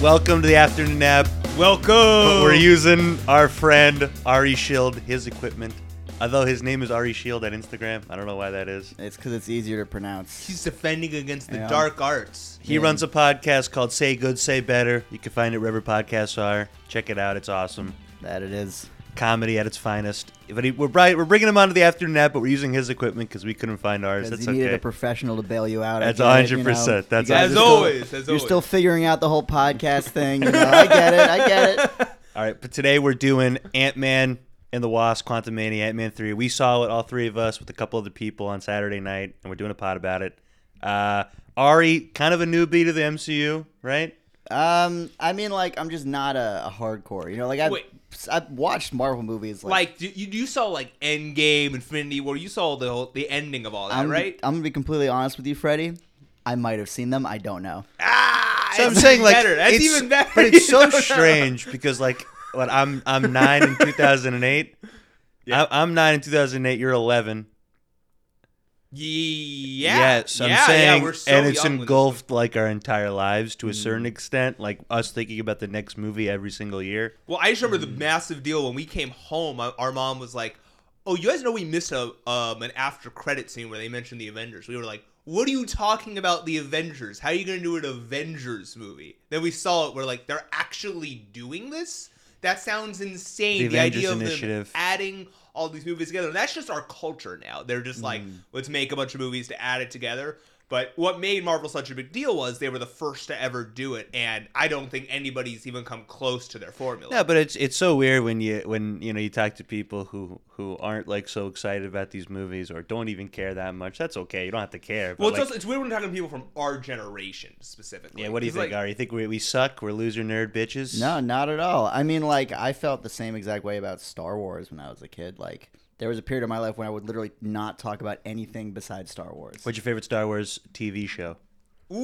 Welcome to the afternoon nap. Welcome. But we're using our friend Ari Shield, his equipment. Although his name is Ari Shield on Instagram, I don't know why that is. It's because it's easier to pronounce. He's defending against the Yeah. dark arts. He Yeah. runs a podcast called Say Good, Say Better. You can find it wherever podcasts are. Check it out; it's awesome. That it is. Comedy at its finest. But he, we're bri- we're bringing him onto the afternoon nap, but we're using his equipment because we couldn't find ours. 'Cause That's you needed okay. a professional to bail you out. I That's get it, you know. 100%. That's You guys As are still- always, as You're always. still figuring out the whole podcast thing. you know. I get it. I get it. All right, but today we're doing Ant Man and the Wasp, Quantum Mania, Ant Man 3. We saw it, all three of us, with a couple other people on Saturday night, and we're doing a pod about it. Uh, Ari, kind of a newbie to the MCU, right? Um, I mean, like, I'm just not a, a hardcore. You know, like I've Wait. I've watched Marvel movies. Like, Like you, you saw like Endgame, Infinity War. You saw the whole the ending of all that, I'm, right? I'm gonna be completely honest with you, Freddie. I might have seen them. I don't know. ah, So I'm it's saying, even like, better. That's it's- even better. But it's you so know? strange because, like, what I'm I'm nine in 2008. Yeah. I, I'm nine in 2008. You're 11. Yeah. Yes, yeah, I'm saying, yeah, we're so and it's young when- engulfed like our entire lives to a certain Mm. extent. Like us thinking about the next movie every single year. Well, I just Mm. remember the massive deal when we came home. Our our mom was like, "Oh, you guys know we missed a um, an after credit scene where they mentioned the Avengers." We were like, "What are you talking about? The Avengers? How are you gonna do an Avengers movie?" Then we saw it. We're like, "They're actually doing this? That sounds insane." The The, Avengers idea of Initiative. them adding all these movies together. And that's just our culture now. They're just like, Mm. "Let's make a bunch of movies to add it together." But what made Marvel such a big deal was they were the first to ever do it, and I don't think anybody's even come close to their formula. No, but it's it's so weird when you when you know you talk to people who who aren't like so excited about these movies or don't even care that much. That's okay. You don't have to care. But Well, it's, like, also, it's weird when talking to people from our generation specifically. yeah. What do you 'Cause, think, like, Ari? You think we, we suck? We're loser nerd bitches. No, not at all. I mean, like, I felt the same exact way about Star Wars when I was a kid. Like, there was a period of my life when I would literally not talk about anything besides Star Wars. What's your favorite Star Wars TV show? Ooh,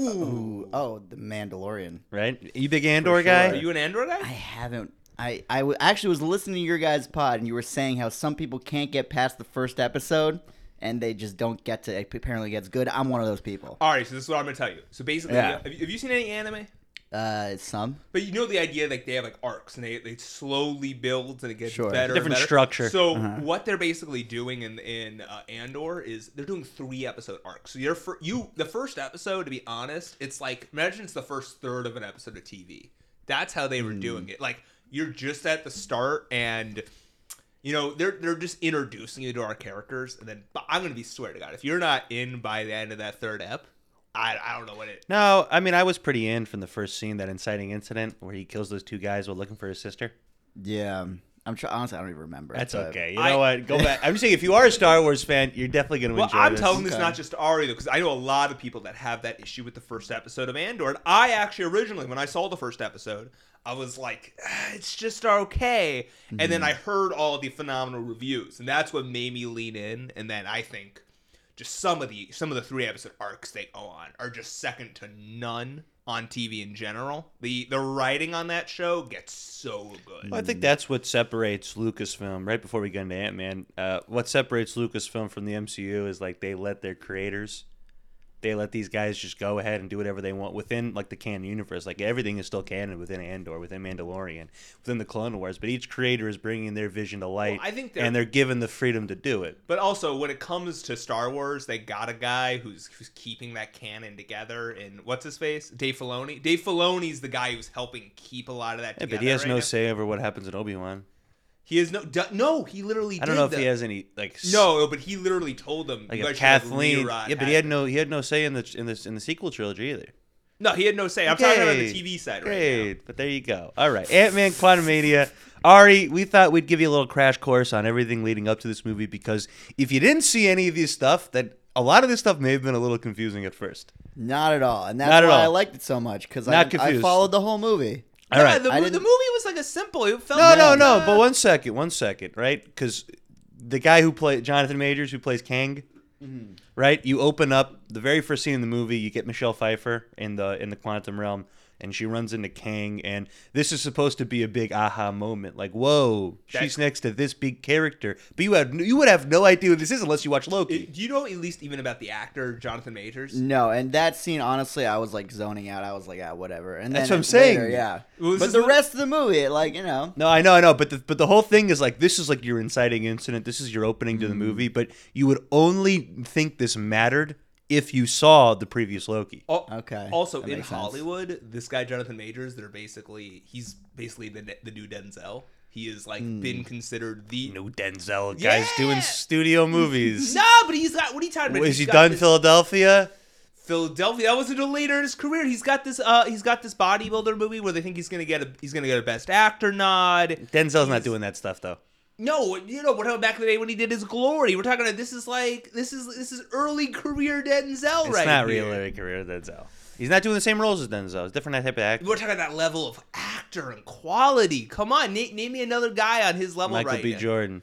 Ooh, oh, The Mandalorian. Right? You big Andor sure. guy? are you an Android I guy? haven't. I, I w- actually was listening to your guys' pod, and you were saying how some people can't get past the first episode, and they just don't get to. It apparently gets good. I'm one of those people. All right, so this is what I'm gonna tell you. So basically, Yeah. have, you, have you seen any anime? Uh, some. But you know the idea, like they have like arcs, and they, they slowly builds and it gets Sure. better. and Different better. structure. So what they're basically doing in in uh, Andor is they're doing three episode arcs. So you're fir- you the first episode, to be honest, it's like imagine it's the first third of an episode of TV. That's how they were doing it. Like you're just at the start, and you know they're they're just introducing you to our characters, and then but I'm gonna be swear to God, if you're not in by the end of that third ep, I I don't know what it. No, I mean I was pretty in from the first scene, that inciting incident where he kills those two guys while looking for his sister. Yeah, I'm tr- honestly I don't even remember. That's but- okay. You I- know what? Go back. I'm just saying, if you are a Star Wars fan, you're definitely going to Well, enjoy I'm this. telling this Okay. not just to Ari though, because I know a lot of people that have that issue with the first episode of Andor. And I actually originally, when I saw the first episode, I was like, "Ah, "It's just okay," and Mm-hmm. then I heard all the phenomenal reviews, and that's what made me lean in. And then I think just some of the some of the three episode arcs they go on are just second to none on TV in general. The the writing on that show gets so good. Well, I think that's what separates Lucasfilm. Right before we get into Ant Man, uh, what separates Lucasfilm from the MCU is like they let their creators, they let these guys just go ahead and do whatever they want within like the canon universe. Like everything is still canon within Andor, within Mandalorian, within the Clone Wars. But each creator is bringing their vision to light, I think they're- and they're given the freedom to do it. But also, when it comes to Star Wars, they got a guy who's who's keeping that canon together. And what's his face? Dave Filoni. Dave Filoni's the guy who's helping keep a lot of that Yeah, together. but he has right no now. say over what happens in Obi Wan. He has no. d- No, he literally. I don't did know if the- he has any like s- No, but he literally told them. like you if guys should have Kathleen. rerun Yeah, but he had Hackman. no he had no say in the in this in the sequel trilogy either. No, he had no say. I'm talking about the TV side right Great, but there you go. All right, Ant Man, Quantumania. Ari, we thought we'd give you a little crash course on everything leading up to this movie because if you didn't see any of this stuff, then a lot of this stuff may have been a little confusing at first. Not at all, and that's Not at why all. I liked it so much because I, Not I confused. followed the whole movie. now. All Yeah, right. the, I mo- the didn't- movie was like a simple. It felt No, no, like, no. uh, But one second, one second, right? Because the guy who played Jonathan Majors, who plays Kang, right? You open up the very first scene in the movie. You get Michelle Pfeiffer in the in the quantum realm. and she runs into Kang, and this is supposed to be a big aha moment. Like, whoa, she's That- next to this big character. But you had you would have no idea who this is unless you watch Loki. Do you know at least even about the actor Jonathan Majors? No, and that scene, honestly, I was like zoning out. I was like, ah, whatever. And That's then what I'm saying. later, yeah. Well, this but is the what- rest of the movie, like you know, no, I know, I know, but the, but the whole thing is like this is like your inciting incident. This is your opening Mm. to the movie, but you would only think this mattered if you saw the previous Loki. Al- Okay, Also that in makes sense. Hollywood, this guy Jonathan Majors, they're basically he's basically the ne- the new Denzel. He has like Hmm. been considered the No Denzel Yeah! guys doing studio movies. no, but he's got what are you talking about? Is He's he got done this- Philadelphia? Philadelphia? That was until later in his career. He's got this uh he's got this bodybuilder movie where they think he's gonna get a he's gonna get a best actor nod. Denzel's not doing that stuff though. No, you know what happened back in the day when he did his glory. We're talking about this is like this is this is early career Denzel It's right not here. really a career Denzel. He's not doing the same roles as Denzel. It's different type of actor. We're talking about that level of actor and quality. Come on, na- name me another guy on his level Michael right B. now. Jordan.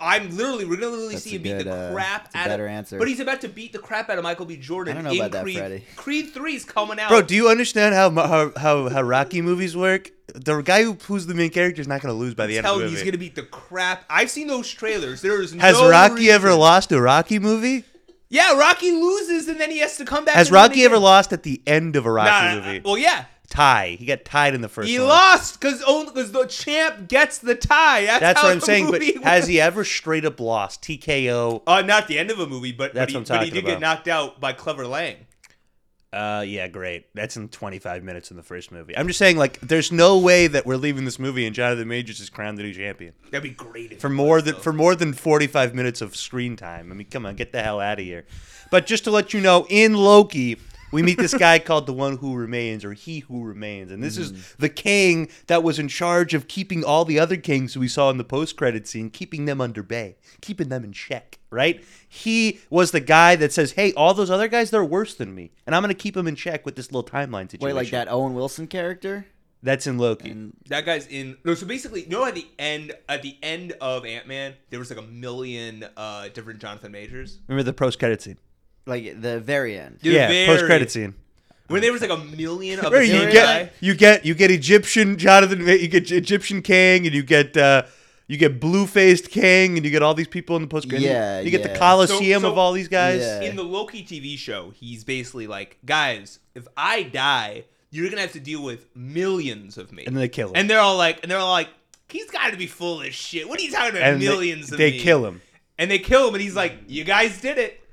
I'm literally we're gonna literally That's see a him beat good, the uh, crap that's a out better of answer. But he's about to beat the crap out of Michael B. Jordan. I don't know in about that, Creed. Freddie. Creed three is coming out. Bro, do you understand how how how, how Rocky movies work? The guy who, who's the main character is not going to lose by the end tell of the you movie. he's gonna beat the crap. I've seen those trailers. There is Has no Rocky reason- ever lost a Rocky movie? Yeah, Rocky loses and then he has to come back. Has and win Rocky ever again. lost at the end of a Rocky Nah, movie? Well, yeah, Tie. He got tied in the first he one. lost because because the champ gets the tie. That's, That's how what I'm the saying. But Movie has he ever straight up lost? TKO. Uh, not the end of a movie, but That's but he, what I'm but he talking did about. get knocked out by Clever Lang. Uh, yeah, great. That's in 25 minutes in the first movie. I'm just saying, like, there's no way that we're leaving this movie and Jonathan Majors is crowned the new champion That'd be great. If for he more was, than though. for more than 45 minutes of screen time. I mean, come on, get the hell out of here. But just to let you know, in Loki, we meet this guy called the One Who Remains, or He Who Remains, and this Mm-hmm. is the king that was in charge of keeping all the other kings we saw in the post-credit scene, keeping them under bay, keeping them in check. Right? He was the guy that says, "Hey, all those other guys, they're worse than me, and I'm going to keep them in check with this little timeline situation." wait, like that Mm. Owen Wilson character. That's in Loki. That guy's in no. So basically, you know, at the end, at the end of Ant Man, there was like a million uh different Jonathan Majors. Remember the post-credit scene? Like the very end. Dude, yeah, very- post-credit scene. When there was like a million of Where the you same Syria? get guy. you get you get Egyptian Jonathan, Ma- you get Egyptian Kang, and you get uh, you get blue faced Kang, and you get all these people in the post. Yeah, you get the yeah. Colosseum So- so- of all these guys. Yeah. In the Loki TV show, he's basically like, guys, if I die, you're gonna have to deal with millions of me. And then they kill him. And they're all like, and they're all like, he's got to be full of shit. What are you talking about? And they- millions They, of me? kill him. And they kill him, and he's like, you guys did it.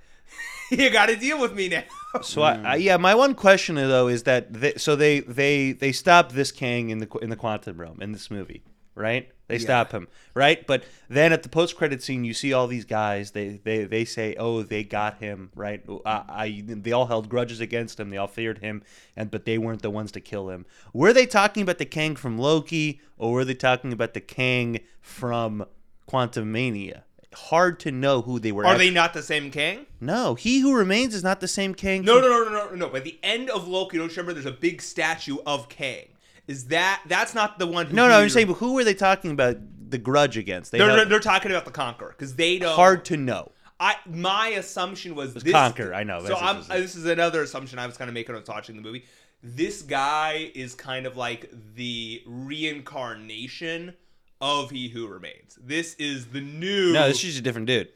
you got to deal with me now. So I, I, yeah, my one question though is that they, so they they they stop this Kang in the qu- in the quantum realm in this movie, right? They stop him, right? But then at the post credit scene, you see all these guys. They they they say, "Oh, they got him," right? Oh, I, I they all held grudges against him. They all feared him, and but they weren't the ones to kill him. Were they talking about the Kang from Loki, or were they talking about the Kang from Quantum Mania? Hard to know who they were. Are act- they not the same king? No, he who remains is not the same Kang. No, from- no, no, no, no, no. By the end of Loki, don't you remember there's a big statue of Kang. Is that that's not the one? Who No, no, he- I'm saying, but who were they talking about the grudge against? They they're, they're, have- they're talking about the Conqueror because they don't. hard to know. I my assumption was this Conquer, I know, So that's what I'm, this is. uh, this is another assumption I was kind of making when I was watching the movie. This guy is kind of like the reincarnation of He Who Remains. This is the new. No, this is a different dude.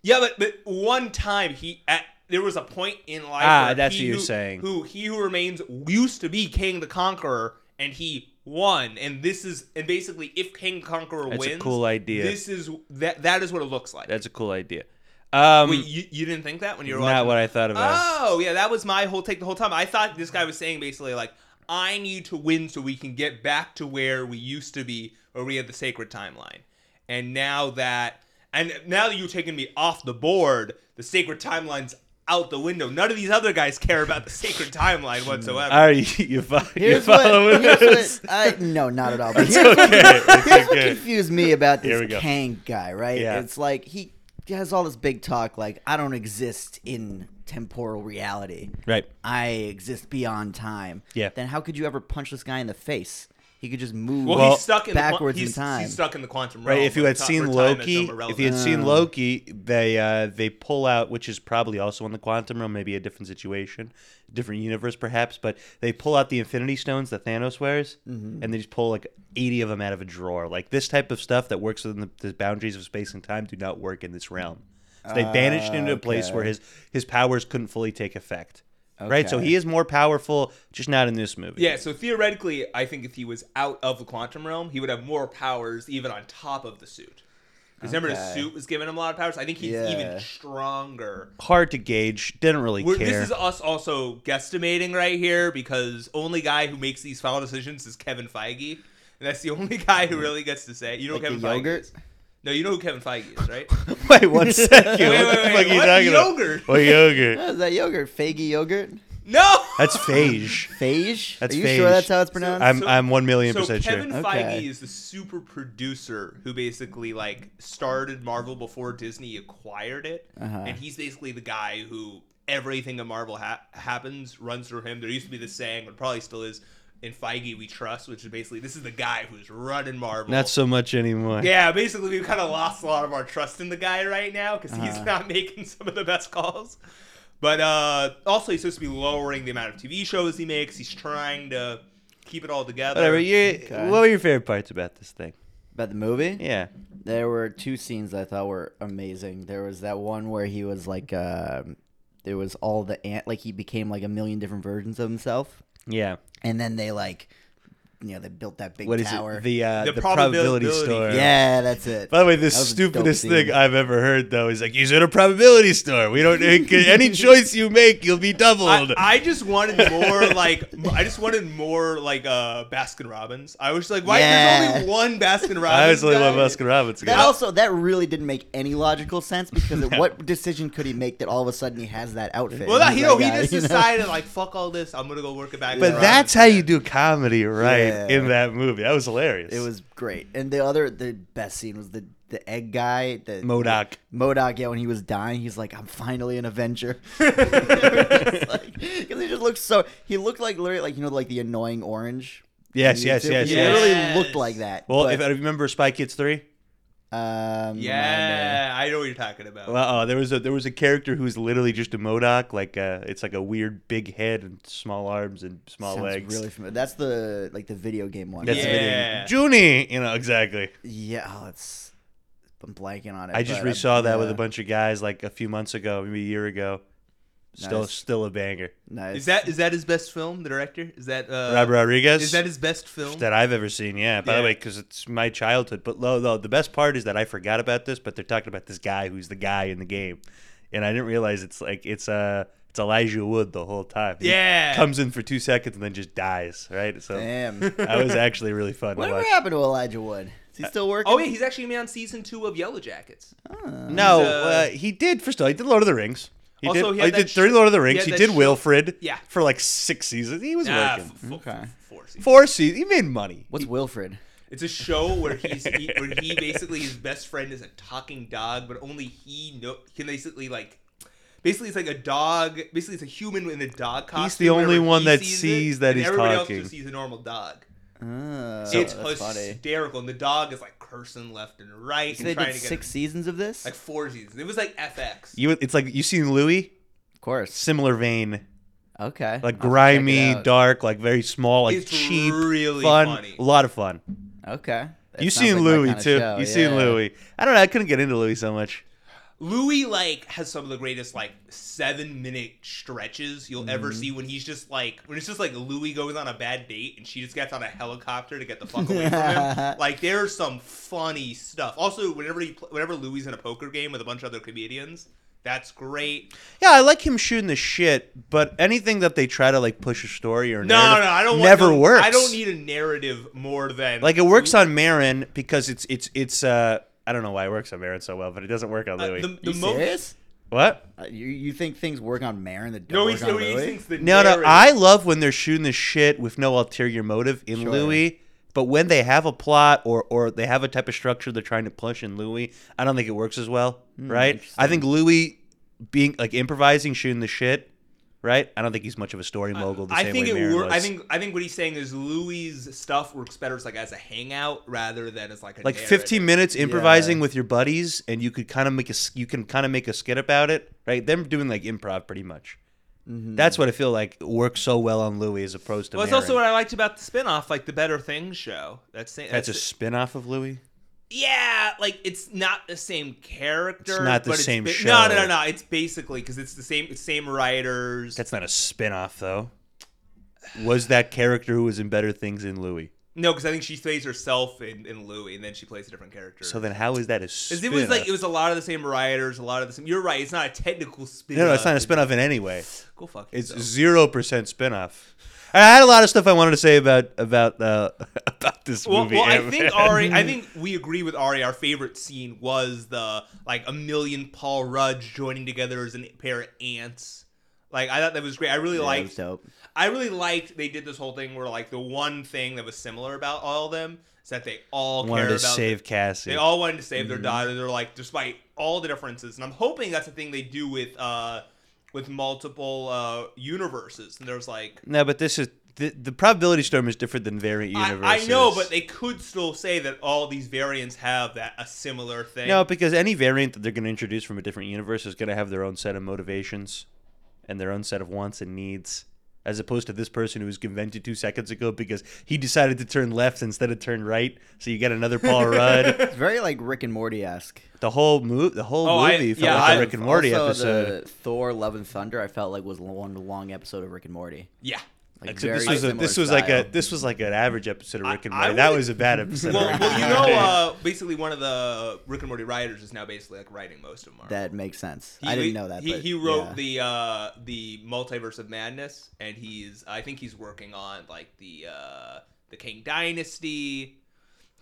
yeah, but but one time he at there was a point in life. Ah, where that's He what you're Who- saying. Who He Who Remains used to be King the Conqueror, and he won. And this is and basically if King Conqueror That's a wins, cool idea. This is that that is what it looks like. That's a cool idea. Um, Wait, you, you didn't think that when you were not watching? what I thought Ah! about. Oh, yeah, that was my whole take the whole time. I thought this guy was saying basically like, I need to win so we can get back to where we used to be, where we had the sacred timeline. And now that, and now that you've taken me off the board, the sacred timeline's out the window. None of these other guys care about the sacred timeline whatsoever. Are you, you, fo- you Here's what, following here's this? what I, no, not at all. But here's what okay. Here's It's what okay. confused me about Here we go. this Kang guy, right? Yeah. It's like he has all this big talk, like I don't exist in temporal reality, Right. I exist beyond time. Yeah. Then how could you ever punch this guy in the face? He could just move. Well, Well, he's stuck in backwards the, in quan- he's, time. He's stuck in the quantum realm. Right, if you where had ti- seen where time is Loki, somewhere if you had relevant. seen Loki, they uh, they pull out, which is probably also in the quantum realm, maybe a different situation, different universe perhaps, but they pull out the Infinity Stones that Thanos wears, Mm-hmm. and they just pull like eighty of them out of a drawer. Like this type of stuff that works within the, the boundaries of space and time do not work in this realm. So they banished him to a place Okay. Ah, where his his powers couldn't fully take effect. Right, so Okay. he is more powerful, just not in this movie. Yeah, so theoretically, I think if he was out of the quantum realm, he would have more powers even on top of the suit. Because remember, his Okay. suit was giving him a lot of powers. I think he's Yeah. even stronger. hard to gauge. Didn't really We're, care. this is us also guesstimating right here because only guy who makes these final decisions is Kevin Feige, and that's the only guy who really gets to say. You know Like who Kevin the Feige yogurt? is? No, you know who Kevin Feige is, right? Wait one second. Wait, what wait, the wait, fuck are you what? talking Yogurt? about? What yogurt? Oh, is that yogurt? Faggy yogurt? no. That's phage. Phage? That's Are you sure phage. that's how it's pronounced? I'm So- I'm one million so percent Kevin sure. sure. Feige Okay. is the super producer who basically like started Marvel before Disney acquired it, and he's basically the guy who everything in Marvel ha- happens runs through him. There used to be the saying, but probably still is, "In Feige we trust," which is basically this is the guy who's running Marvel. Not so much anymore. yeah, basically we've kind of lost a lot of our trust in the guy right now because he's not making some of the best calls. But uh, also he's supposed to be lowering the amount of TV shows he makes. He's trying to keep it all together. Whatever. You, Okay. What were your favorite parts about this thing? uh, About the movie? Yeah. There were two scenes I thought were amazing. There was that one where he was like, um there was all the ant, like he became like a million different versions of himself, Yeah. and then they like, you know, they built that big What is tower. it? The uh, The the, probability, probability. store. yeah, that's it. By the way, the That was a stupidest dope thing scene. I've ever heard though is like, "He's in a probability store. We don't any choice you make, you'll be doubled." I, I just wanted more like I just wanted more like uh Baskin Robbins. I was like, why Yeah. there's only one Baskin Robbins? I was really guy? love Baskin Robbins. That also that really didn't make any logical sense because of what decision could he make that all of a sudden he has that outfit? Well, and that, he's you know, that he guy, just you know? decided like fuck all this. I'm gonna go work at Baskin. But Robbins that's how you again. do comedy, right? Yeah. In that movie, that was hilarious. It was great. And the other, the best scene was the the egg guy, the Modoc. Modoc. Yeah, when he was dying, he's like, "I'm finally an Avenger," because he just looked so. He looked like literally like you know like the annoying orange. Yes, on yes, YouTube? yes, He yes. literally looked like that. Well, but, if I remember Spy Kids three, um, Yeah, I know what you're talking about. well, uh, there was a there was a character who was literally just a Modoc, like uh, it's like a weird big head and small arms and small sounds legs. really familiar. That's the like the video game one. That's Yeah. the video. Junie, you know exactly. yeah. Oh, it's I'm blanking on it. I just but, uh, resaw that with a yeah, bunch of guys like a few months ago, maybe a year ago. Still, Nice. still a banger. Nice. is that is that his best film? The director is that uh, Robert Rodriguez. Is that his best film? that I've ever seen. Yeah. By the Yeah. way, because it's my childhood. But lo, though, the best part is that I forgot about this. But they're talking about this guy who's the guy in the game, and I didn't realize it's like it's uh it's Elijah Wood the whole time. He Yeah. comes in for two seconds and then just dies. Right. So Damn. that was actually really fun. to Whatever watch. happened to Elijah Wood? Is he Uh, still working? oh yeah, he's actually gonna be on season two of Yellow Jackets. No, He's, uh, uh, he did. First of all, he did Lord of the Rings. He Also, did. oh, he He, had that did sh- three Lord of the he Rings. had He, that did sh- Wilfred. Yeah. For like six seasons, he was Nah, working. Ah, f- f- Okay. f- four seasons. Four seasons, he made money. What's Wilfred? It's a show where he's he, where he basically his best friend is a talking dog, but only he know he can basically like basically it's like a dog. Basically, it's a human in a dog costume. the only wherever one he that sees, sees it, that and he's everybody talking. Else just sees a normal dog. Oh, it's that's funny. hysterical, and the dog is like cursing left and right So and they trying did to get six seasons of this? like four seasons. It was like FX. You, it's like you seen Louis, of course. similar vein. Okay. like grimy, dark, like very small, like It's cheap, really fun, funny. a lot of fun. Okay. That you sounds seen like my Louis kinda too? show, you seen yeah. Louis? I don't know. I couldn't get into Louis so much. Louis like has some of the greatest like seven minute stretches you'll ever Mm-hmm. see when he's just like when it's just like Louis goes on a bad date and she just gets on a helicopter to get the fuck away from him. Like there's some funny stuff. Also, whenever he pl- whenever Louis in a poker game with a bunch of other comedians, that's great. Yeah, I like him shooting the shit, but anything that they try to like push a story or No, narrative no, I don't. never want no- works. I don't need a narrative more than like it works on Marin because it's it's it's uh I don't know why it works on Marin so well, but it doesn't work on Uh, Louis. the, You the most. serious? what? Uh, you, you think things work on Marin that don't No, work he's, no, on he Louis? thinks the No, no, narrative- I love when they're shooting the shit with no ulterior motive in Sure. Louis. But when they have a plot or or they have a type of structure they're trying to push in Louis, I don't Hmm, think it works as well, right? I think Louis being like improvising, shooting the shit, right? I don't think he's much of a story mogul. The I same think way it. Marin Wor- I was. think I think what he's saying is Louis' stuff works better as like as a hangout rather than as like a like narrative. 15 minutes improvising with your buddies, and you could kind of make a s- you can kind of make a skit about it, right? Them doing like improv pretty much. That's what I feel like works so well on Louis as opposed to. Mm-hmm. Well, that's Marin. also what I liked about the spinoff, like the Better Things show. That's the- That's the- a spin off of Louis. Yeah, like it's not the same character. It's not the but same it's, ba- No, show. no, no, no. It's basically because it's the same same writers. That's not a spin off though. Was that character who was in better things in Louis? no, because I think she plays herself in, in Louie, and then she plays a different character. So then, how is that a 'Cause spin? it was like it was a lot of the same writers, a lot of the same. You're right. It's not a technical spin. no, no, it's not a spin off in any way. Go fuck It's yourself. zero percent spin off. I had a lot of stuff I wanted to say about about uh, about this Well, movie. well, I Ant-Man. think Ari. I think we agree with Ari. Our favorite scene was the like a million Paul Rudd joining together as a pair of ants. Like I thought that was great. I really Yeah, that was liked. dope. I really liked they did this whole thing where like the one thing that was similar about all of them is that they all wanted care to about save Mm-hmm. Cassie. they all wanted to save their daughter. They're like, despite all the differences, and I'm hoping that's the thing they do with uh with multiple uh universes. And there's like no, but this is the, the probability storm is different than variant universes. I, I know, but they could still say that all these variants have that a similar thing. no, because any variant that they're going to introduce from a different universe is going to have their own set of motivations and their own set of wants and needs. As opposed to this person who was convented two seconds ago because he decided to turn left instead of turn right, so you get another Paul Rudd. It's very like Rick and Morty esque. The whole move, the whole Oh, I- movie felt yeah, like a I- Rick and Morty episode. The Thor: Love and Thunder, I felt like was one long episode of Rick and Morty. Yeah. Like, Except this very was a, similar this was like a style. this was like an average episode of Rick and I Morty. that would- was a bad episode. of Well, Rick well, and you Morty. know, uh, basically one of the Rick and Morty writers is now basically like writing most of Marvel. that makes sense. He- I didn't know that. He, but, he wrote yeah. the uh, the multiverse of madness, and he's I think he's working on like the uh, the King Dynasty.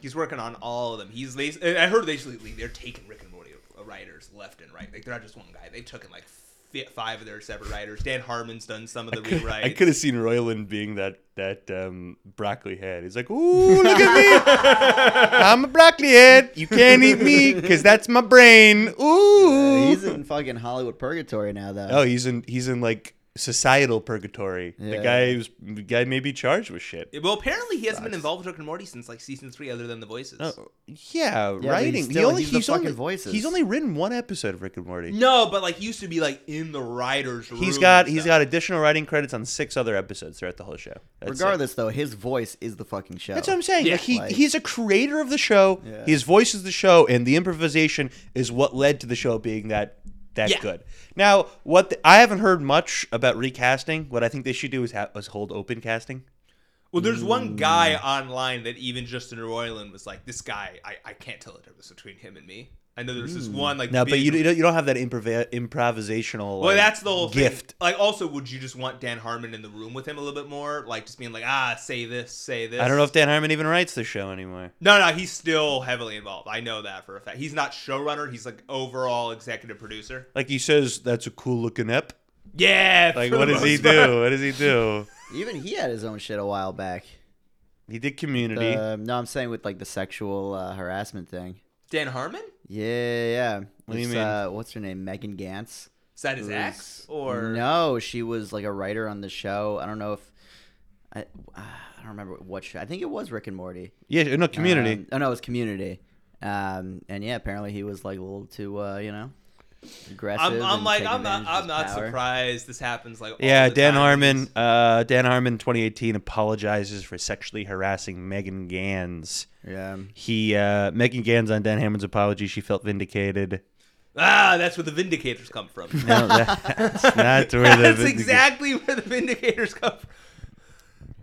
He's working on all of them. He's they, I heard basically they're taking Rick and Morty writers left and right. Like they're not just one guy. They've taken like fi- five of their separate writers. Dan Harmon's done some of the rewrites. I could have seen Royland being that that um, broccoli head. He's like, "Ooh, look at me! I'm a broccoli head. You can't eat me because that's my brain." Ooh. He's in fucking Hollywood purgatory now, though. oh, he's in he's in like societal purgatory. The Yeah. guy was the guy may be charged with shit. Well, apparently he hasn't been involved with Rick and Morty since like season three, other than the voices. Oh. Yeah, he's writing. he still- only he's the fucking only voices. he's only written one episode of Rick and Morty. No, but like he used to be like in the writers. room He's and got he's stuff. got additional writing credits on six other episodes throughout the whole show. That's it. Regardless, though, his voice is the fucking show. That's what I'm saying. Yeah. Like he Like- he's a creator of the show. Yeah. His voice is the show, and the improvisation is what led to the show being that that Yeah. good. Now, what the, I haven't heard much about recasting. What I think they should do is, ha- is hold open casting. Well, there's one guy Mm. online that even Justin Roiland was like, "This guy, I, I can't tell the difference between him and me." I know there's this one like. Mm. No, but big- you, you don't- you don't have that improv improvisational. Well, like, that's the whole gift. Thing. Like, also, would you just want Dan Harmon in the room with him a little bit more? Like, just being like, "Ah, say this, say this." I don't know if Dan Harmon even writes the show anymore. No, no, he's still heavily involved. I know that for a fact. He's not showrunner. He's like overall executive producer. Like he says, that's a cool looking ep. Yeah. Like, for what the does he most part. do? What does he do? Even he had his own shit a while back. He did Community. Um, no, I'm saying with like the sexual uh, harassment thing. Dan Harmon? Yeah, yeah. What do you This, mean? Uh, what's her name? Megan Gantz. Is that his was- ex or no? She was like a writer on the show. I don't know if I. uh, I don't remember what show. I think it was Rick and Morty. yeah, no, Community. Um, oh no, it was Community. Um, and yeah, apparently he was like a little too, uh, you know, aggressive. I'm, I'm and like take I'm not advantage of I'm his not power. surprised this happens like all Yeah, the Dan time. Harmon. Uh, Dan Harmon, 2018, apologizes for sexually harassing Megan Gans. Yeah. He uh, Megan Gans on Dan Harmon's apology. She felt vindicated. Ah, that's where the Vindicators come from. No, that's not where the that's vindica- exactly where the Vindicators come from.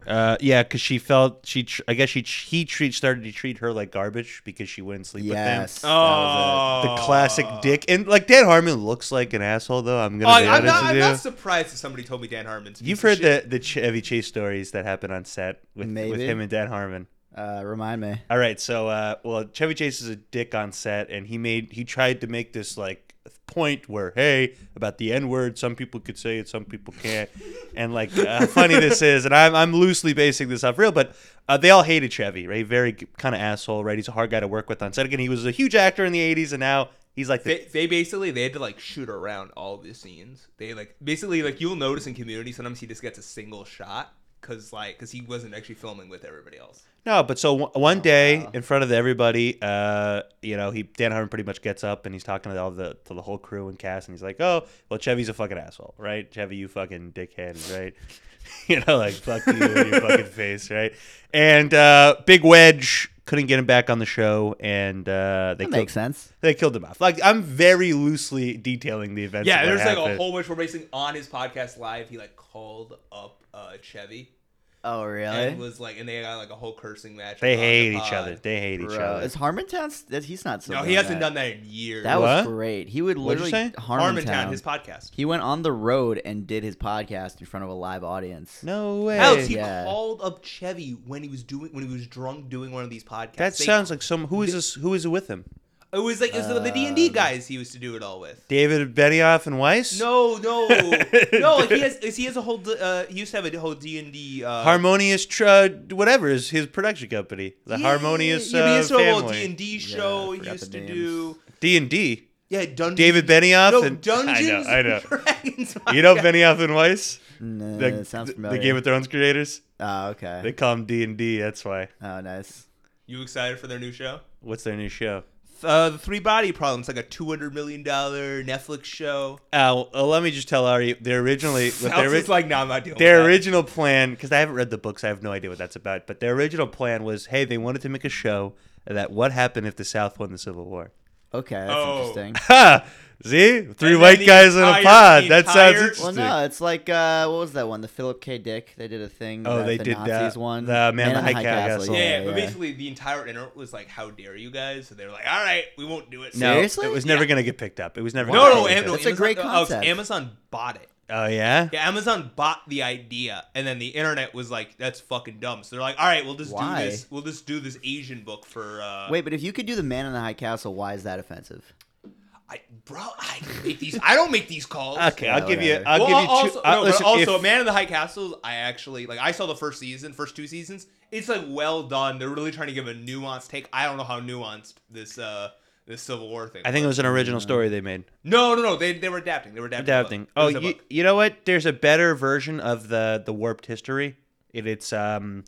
Uh, yeah, because she felt she. Tr- I guess she tr- he treat started to treat her like garbage because she wouldn't sleep Yes. with him. that was The classic dick and like Dan Harmon looks like an asshole though. I'm gonna be Oh. I'm, honest not, with I'm you. not surprised if somebody told me Dan Harmon's. a You've piece heard of shit. the the Chevy Chase stories that happened on set with with Maybe. him and Dan Harmon. it. Uh, remind me. All right, so uh, well, Chevy Chase is a dick on set, and he made he tried to make this like point where hey about the N word, some people could say it, some people can't, and like uh, funny this is, and I'm I'm loosely basing this off real, but uh, they all hated Chevy, right? Very kind of asshole, right? He's a hard guy to work with on set. Again, he was a huge actor in the '80s, and now He's like the They, they basically they had to like shoot around all the scenes. They like basically like you'll notice in Community sometimes he just gets a single shot because like because he wasn't actually filming with everybody else. No, but so one- Oh, one day in front of everybody, uh, you know, he Dan Harmon pretty much gets up and he's talking to all the to the whole crew and cast, and he's like, "Oh, well, Chevy's a fucking asshole, right? Chevy, you fucking dickhead, right? you know, like fuck you in your fucking face, right?" And uh, Big Wedge couldn't get him back on the show, and uh, they killed, That makes sense. they killed him off. Like I'm very loosely detailing the events. of Yeah, what there's like a happened. whole bunch we're basing on his podcast live. He like called up uh Chevy Oh, really? and was like, and they got like a whole cursing match. They on the hate each pod. other. They hate each Bro, other. uh, is Harmontown? That he's not. No, he hasn't done that in years. That What? was great. He would What'd you literally say? Harmontown, Harmontown. his podcast. he went on the road and did his podcast in front of a live audience. No way. Alex, he yeah. called up Chevy when he was doing when he was drunk doing one of these podcasts. that They- sounds like some. Who is this? Who is it with him? It was like it was the D and Um, D guys he used to do it all with. David Benioff and Weiss? No, no, no. Like he has, is- he has a whole. d- Uh, he used to have a whole D and D. Harmonious, tr- uh, whatever is his production company, the Harmonious Yeah, he uh, used to have a whole D and family. D Yeah, show. I he forgot used the to names. do. D and D. Yeah, Dungeons. David Benioff No, and Dungeons. I know, I know. and Dragons You know podcast. Benioff and Weiss, No, the, it sounds the- familiar. the Game of Thrones creators. oh, okay. They call him D and D. That's why. oh, nice. You excited for their new show? What's their new show? Uh, the Three Body Problems, like a two hundred million dollar Netflix show. Uh, well, let me just tell Ari. They originally with their, Alex ori- is like, no, I'm not dealing. their with that. original plan, because I haven't read the books, I have no idea what that's about. But their original plan was, hey, they wanted to make a show that what happened if the South won the Civil War. Okay, that's Oh. interesting. Ha! See, three And white then the guys in a entire- pod. the That sounds entire- interesting. Well, no, it's like uh, what was that one? The Philip K. Dick. They did a thing. Oh, about they the did Nazis that. one. The Man in the High Castle. Yeah, but yeah. basically the entire internet was like, "How dare you guys?" So they were like, "All right, we won't do it." No, Seriously? it was never gonna get picked up. It was never. No, gonna no, get Am- picked no up. That's a great Amazon- oh, it's concept. Amazon bought it. Oh yeah. Yeah, Amazon bought the idea, and then the internet was like, "That's fucking dumb." So they're like, "All right, we'll just Why? do this. We'll just do this Asian book for." Uh, Wait, but if you could do the Man in the High Castle, why is that offensive? I, bro, I don't make these. I don't make these calls. Okay, I'll Yeah, give you. whatever. I'll well, give you two. also, uh, no, listen, but also, if- Man in the High Castles. I actually like. I saw the first season, first two seasons. It's like well done. They're really trying to give a nuanced take. I don't know how nuanced this uh this Civil War thing. I think it was an original story they made. no, no, no. They, they were adapting. They were adapting. the book. Adapting. mm. It Oh, was a you, book. you know what? There's a better version of the the warped history. It, it's um,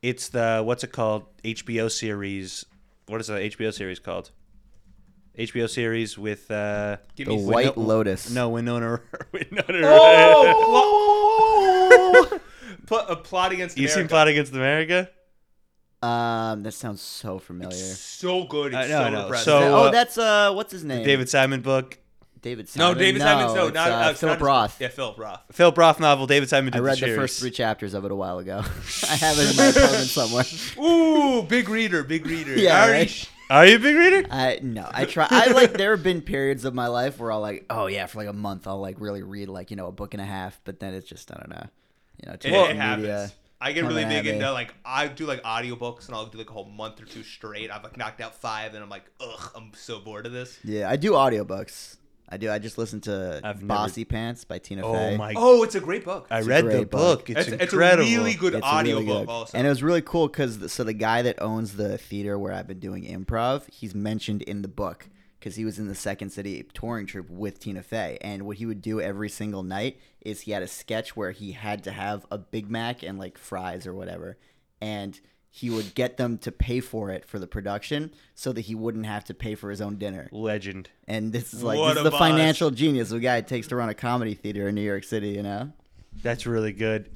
it's the what's it called? HBO series. What is the HBO series called? HBO series with uh, Give The me- White Lotus. no Winona. Winona. Oh, pl- pl- a plot against you America. seen Plot Against America? Um, that sounds so familiar. so good. It's I know, so I know. repressive. So- oh, uh, that's uh, what's his name? David Simon book. David no, Simon. David Simon's no, it's, not uh, uh, it's Philip not- Roth. Yeah, Philip Roth. Philip Roth novel. David Simon did I read the, series. first three chapters of it a while ago. I have it in my phone somewhere. Ooh, big reader, big reader. Yeah, I already right. sh- Are you a big reader? I no, I try. I like there have been periods of my life where I'll like, oh yeah, for like a month I'll like really read like you know a book and a half, but then it's just I don't know, you know, too it, much it happens. media. I get really coming at big me. into like I do like audiobooks and I'll do like a whole month or two straight. I've like knocked out five and I'm like, ugh, I'm so bored of this. Yeah, I do audiobooks. I do. I just listen to I've never- Bossy Pants by Tina Oh Fey. my! Oh, it's a great book. I a read the great book. book. It's, It's- it's a incredible. really good- It's really audiobook good. also. And it was really cool because so the guy that owns the theater where I've been doing improv, he's mentioned in the book because he was in the Second City touring troupe with Tina Fey. And what he would do every single night is he had a sketch where he had to have a Big Mac and like fries or whatever, and he would get them to pay for it for the production so that he wouldn't have to pay for his own dinner. legend. And this is like What this a is the boss. financial genius the guy it takes to run a comedy theater in New York City, you know? That's really good.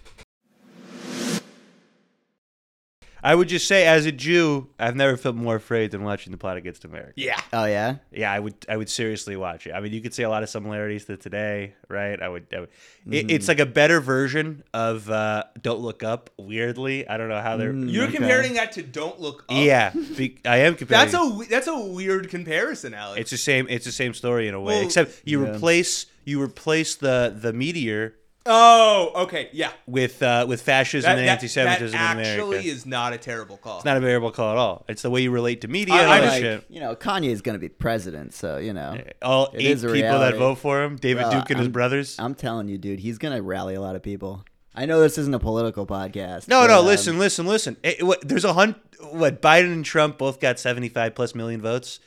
I would just say, as a Jew, I've never felt more afraid than watching The Plot Against America. Yeah. Oh yeah. Yeah, I would. I would seriously watch it. I mean, you could see a lot of similarities to today, right? I would. I would it, Mm-hmm. it's like a better version of uh, Don't Look Up. Weirdly, I don't know how they're. Mm. You're Okay. comparing that to Don't Look Up. Yeah, be, I am comparing. Oh. That's a we- that's a weird comparison, Alex. It's the same. It's the same story in a way, Well- except you Yeah. replace you replace the the meteor oh, okay, yeah. with uh, with fascism and that anti-Semitism in actually America. is not a terrible call. it's not a variable call at all. It's the way you relate to media. I- and I all that just- shit. You know, Kanye is going to be president, so you know. All It eight is a people that reality. vote for him, David Well, Duke and his I'm- brothers. I'm telling you, dude, he's going to rally a lot of people. I know this isn't a political podcast. no, but, no. um, listen, listen, listen. Eh, what, there's a hundred. What Biden and Trump both got 75 plus million votes.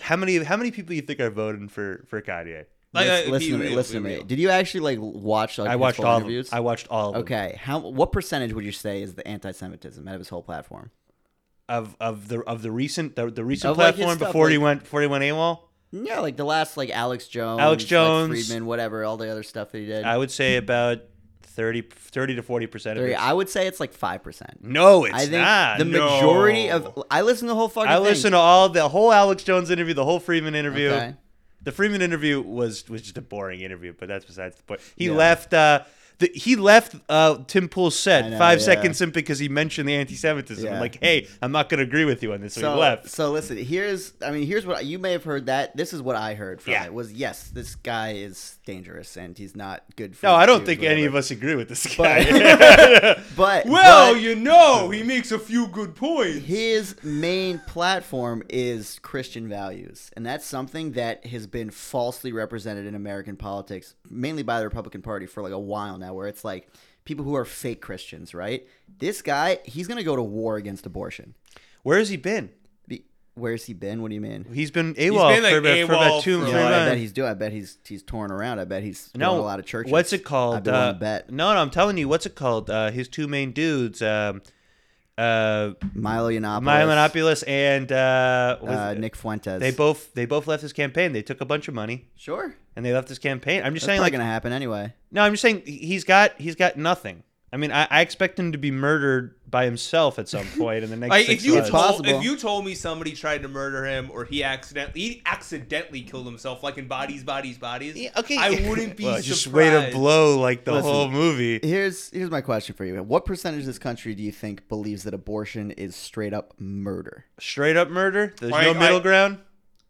How many how many people you think are voting for for Kanye? Like, Let's- uh, be listen to me. real, Listen be to me. real. Did you actually like watch like I his watched full all of them. interviews? I watched all of them. okay. How? What percentage would you say is the anti-Semitism out of his whole platform? of of the of the recent the, the recent Of, like, his platform stuff, before he like- went before he went AWOL. Yeah, like the last like Alex Jones, Alex like, Jones. Friedman, whatever, all the other stuff that he did. I would say about 30, 30 to forty percent of Three- it. I would say it's like five percent. No, it's I think not. the no. majority of I listen to the whole fucking. I thing. listened to all the whole Alex Jones interview, the whole Freeman interview. Okay. The Freeman interview was was just a boring interview, but that's besides the point. He Yeah. left. Uh, the, he left uh, Tim Pool's set I know, five yeah. seconds in because he mentioned the anti-Semitism. Yeah. I'm like, hey, I'm not going to agree with you on this, so, So, he left. so listen, here's I mean, here's what you may have heard that this is what I heard from Yeah. it was yes, this guy is dangerous and he's not good for No, I don't Jews, think any of us agree with this guy. But- whatever. But Well, but you know, he makes a few good points. his main platform is Christian values, and that's something that has been falsely represented in American politics, mainly by the Republican Party for like a while now, where it's like people who are fake Christians, right? This guy, he's gonna go to war against abortion. Where has he been? Be- Where's he been? What do you mean? He's been AWOL been, like, for, about, for AWOL about two for, three like- Yeah, I months. bet he's doing. I bet he's he's touring around. I bet he's no, going to a lot of churches. What's it called? I've been uh, willing to bet No, no, I'm telling you, what's it called? Uh, his two main dudes, um, uh, Milo Yiannopoulos, Milanopoulos and uh, what was uh, it? Nick Fuentes. They both they both left his campaign. They took a bunch of money sure. and they left his campaign. I'm just That's saying, not like, going to happen anyway. no, I'm just saying he- he's got he's got nothing. I mean, I, I expect him to be murdered by himself at some point in the next. Like six if you months. It's told, possible. if you told me somebody tried to murder him or he accidentally he accidentally killed himself, like in bodies, bodies, bodies. Yeah, okay, I wouldn't be Well, surprised. just way to blow like the Listen. whole movie. Here's here's my question for you. What percentage of this country do you think believes that abortion is straight up murder? Straight up murder. There's Like, no middle I- ground.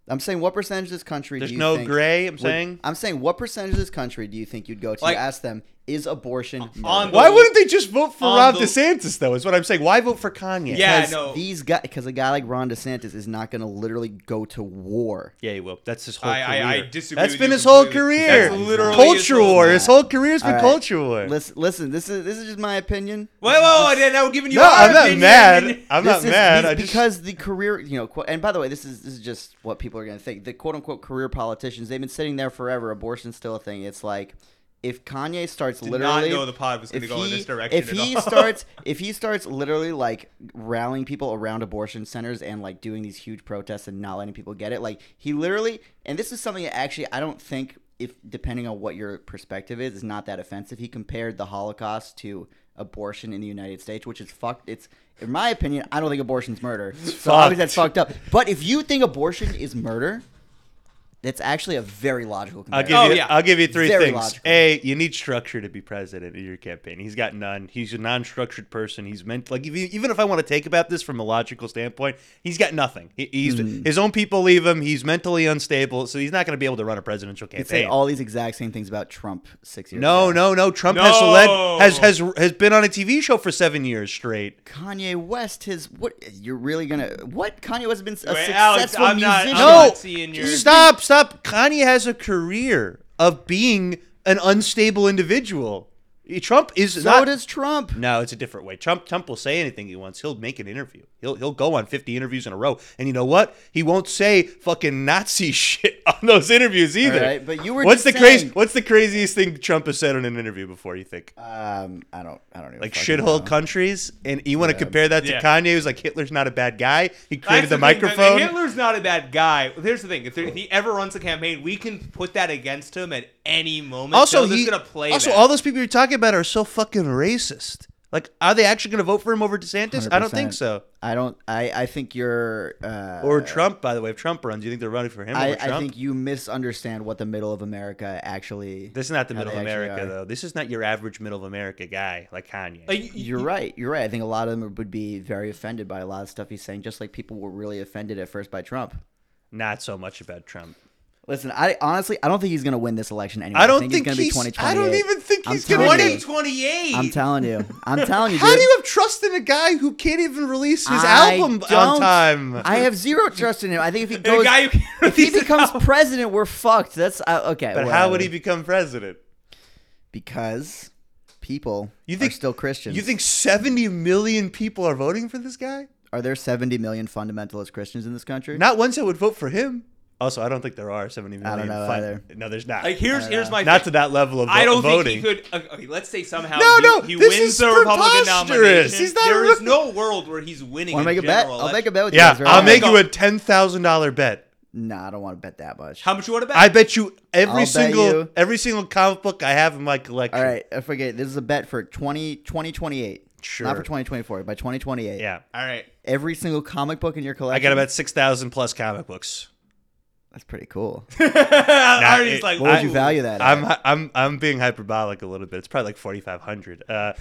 I'm saying what percentage of this country There's do you no think gray. I'm would- saying. I'm saying what percentage of this country do you think you'd go to Like- you ask them is abortion murder? on the- Why wouldn't they just vote for On Rob the- DeSantis though? Is what I'm saying. Why vote for Kanye? Yeah. Because no. these guys because a guy like Ron DeSantis is not going to literally go to war. Yeah, he will. That's his whole I, career. I, I disagree. That's with been you his whole completely. career. That's literally his culture whole- war. His whole career's been All right. culture war. Listen, listen, this is this is just my opinion. Wait, wait, wait! Now we're giving you. no, our I'm not opinion. mad. I'm This not is- mad. these- I just because the career, you know, quote, and by the way, this is this is just what people are going to think. The quote unquote career politicians, they've been sitting there forever. Abortion's still a thing. It's like if Kanye starts Did literally, not know the pod was going if to go in he- this direction. If at he all. starts, if he starts literally like rallying people around abortion centers and like doing these huge protests and not letting people get it, like he literally, and this is something that actually I don't think if depending on what your perspective is, is not that offensive. He compared the Holocaust to abortion in the United States, which is fucked. It's in my opinion, I don't think abortion's murder. So obviously that's fucked. fucked up. But if you think abortion is murder. That's actually a very logical I'll comparison. give Oh, you. yeah. I'll give you three Very things. logical. A, you need structure to be president in your campaign. He's got none. He's a non-structured person. He's meant like if you- even if I want to take about this from a logical standpoint, he's got nothing. He, he's his own people leave him. He's mentally unstable, so he's not going to be able to run a presidential He'd say campaign. all these exact same things about Trump six years No, ago. no, no. Trump has led No. has has has been on a TV show for seven years straight. Kanye West has what? You're really gonna what? Kanye West has been a Wait, Alex, successful I'm not- I'm musician. not No, seeing your- stop, stop. Kanye has a career of being an unstable individual. Trump is so not. does Trump. no, it's a different way. Trump Trump will say anything he wants. He'll make an interview. He'll he'll go on fifty interviews in a row, and you know what? He won't say fucking Nazi shit on those interviews either. right, but you were what's just the crazy? saying- What's the craziest thing Trump has said in an interview before? You think? Um, I don't, I don't even like fucking shithole know. countries, and you want to compare that to Yeah. Kanye, who's like Hitler's not a bad guy. He created the, That's thing, that- microphone. Hitler's not a bad guy. Here's the thing: if, there, if he ever runs a campaign, we can put that against him at any moment. also, Bill is he, gonna play. also that. all those people you're talking about are so fucking racist. Like, are they actually going to vote for him over DeSantis? I don't think 100%. so. I don't. I, I think you're. Uh, Or Trump, by the way, if Trump runs, do you think they're running for him I, over Trump? I think you misunderstand what the middle of America actually. this is not the how middle of they actually America, are. though. This is not your average middle of America guy like Kanye. Like, y- You're right. You're right. I think a lot of them would be very offended by a lot of stuff he's saying, just like people were really offended at first by Trump. not so much about Trump. Listen, I honestly, I don't think he's going to win this election anyway. I don't it's think gonna be he's- 2028. I don't even think I'm he's gonna telling win you. it. 2028. I'm telling you. I'm telling you. How dude. do you have trust in a guy who can't even release his I album on don't- time? I have zero trust in him. I think if he the goes, guy who can't if he release it becomes out. president, we're fucked. That's uh, okay. but how whatever. would he become president? Because people You think- are still Christians. You think 70 million people are voting for this guy? are there 70 million fundamentalist Christians in this country? Not ones that would vote for him. Also, I don't think there are 70 million. I don't know fi- either. No, there's not. Like here's here's my not thing. to that level of vo- I don't voting. think he could. uh, Okay, let's say somehow No, he, no, he this wins is the Republican preposterous. nomination. He's not a There is re- no world where he's winning. Want to a make a general bet? I'll election. make a bet with you yeah, guys. Right I'll now. make you a ten thousand dollar bet. No, I don't want to bet that much. How much you want to bet? I bet you every I'll bet single you- every single comic book I have in my collection. All right, I forget. This is a bet for 20, 2028. Sure. Not for 2024, by 2028. Yeah, All right. Every single comic book in your collection. I got about six thousand plus comic books. That's pretty cool. Artie's it- like, What would you ooh. value that at? I'm I'm I'm being hyperbolic a little bit. It's probably like 4,500. Uh,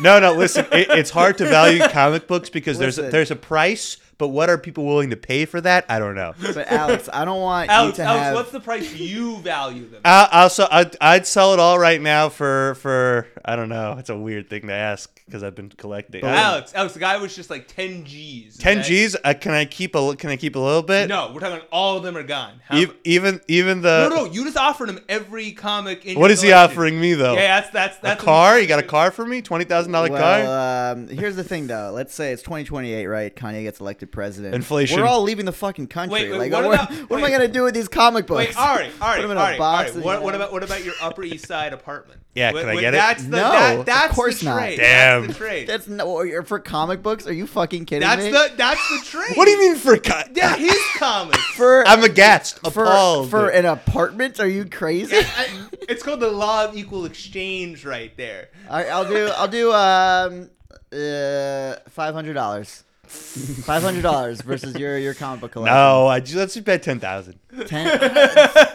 no, no. Listen, it, it's hard to value comic books because there's Listen. a, there's a price, but what are people willing to pay for that? I don't know. But Alex, I don't want Alex, you to Alex, have. what's the price you value them? at? I, I'll sell, I'd, I'd sell it all right now for for I don't know. It's a weird thing to ask because I've been collecting. I don't know. Alex, Alex, the guy was just like ten G's. Ten okay? G's. Uh, can I keep a li- Can I keep a little bit? No, we're talking all of them are gone. How, Ev- Even even the no, no, you just offered him every comic. in uh, what your is he collection. offering me though? Yeah, that's that's a that's car? You got a car for me? Twenty thousand dollar car? well, um, here's the thing, though. Let's say it's 2028, right? Kanye gets elected president. Inflation. We're all leaving the fucking country. Wait, wait, like, what what, about- what am I wait. gonna do with these comic books? Wait, all right, all right, Put all them in a right, all box right. that What, you what have. about what about your Upper East Side apartment? Yeah, Wh- can I wh- get it? That's the, No, that, of that's course the not. trade. Damn. That's the trade. That's no or for comic books. Are you fucking kidding That's me? the that's the trade. What do you mean for car? Yeah, his comics. for I'm aghast, for, appalled. for an apartment? Are you crazy? I- it's called the law of equal exchange, right there. All right, I'll do. I'll do. Um, uh, five hundred dollars. Five hundred dollars versus your your comic book collection. no, I just, let's just bet ten thousand. Ten- I-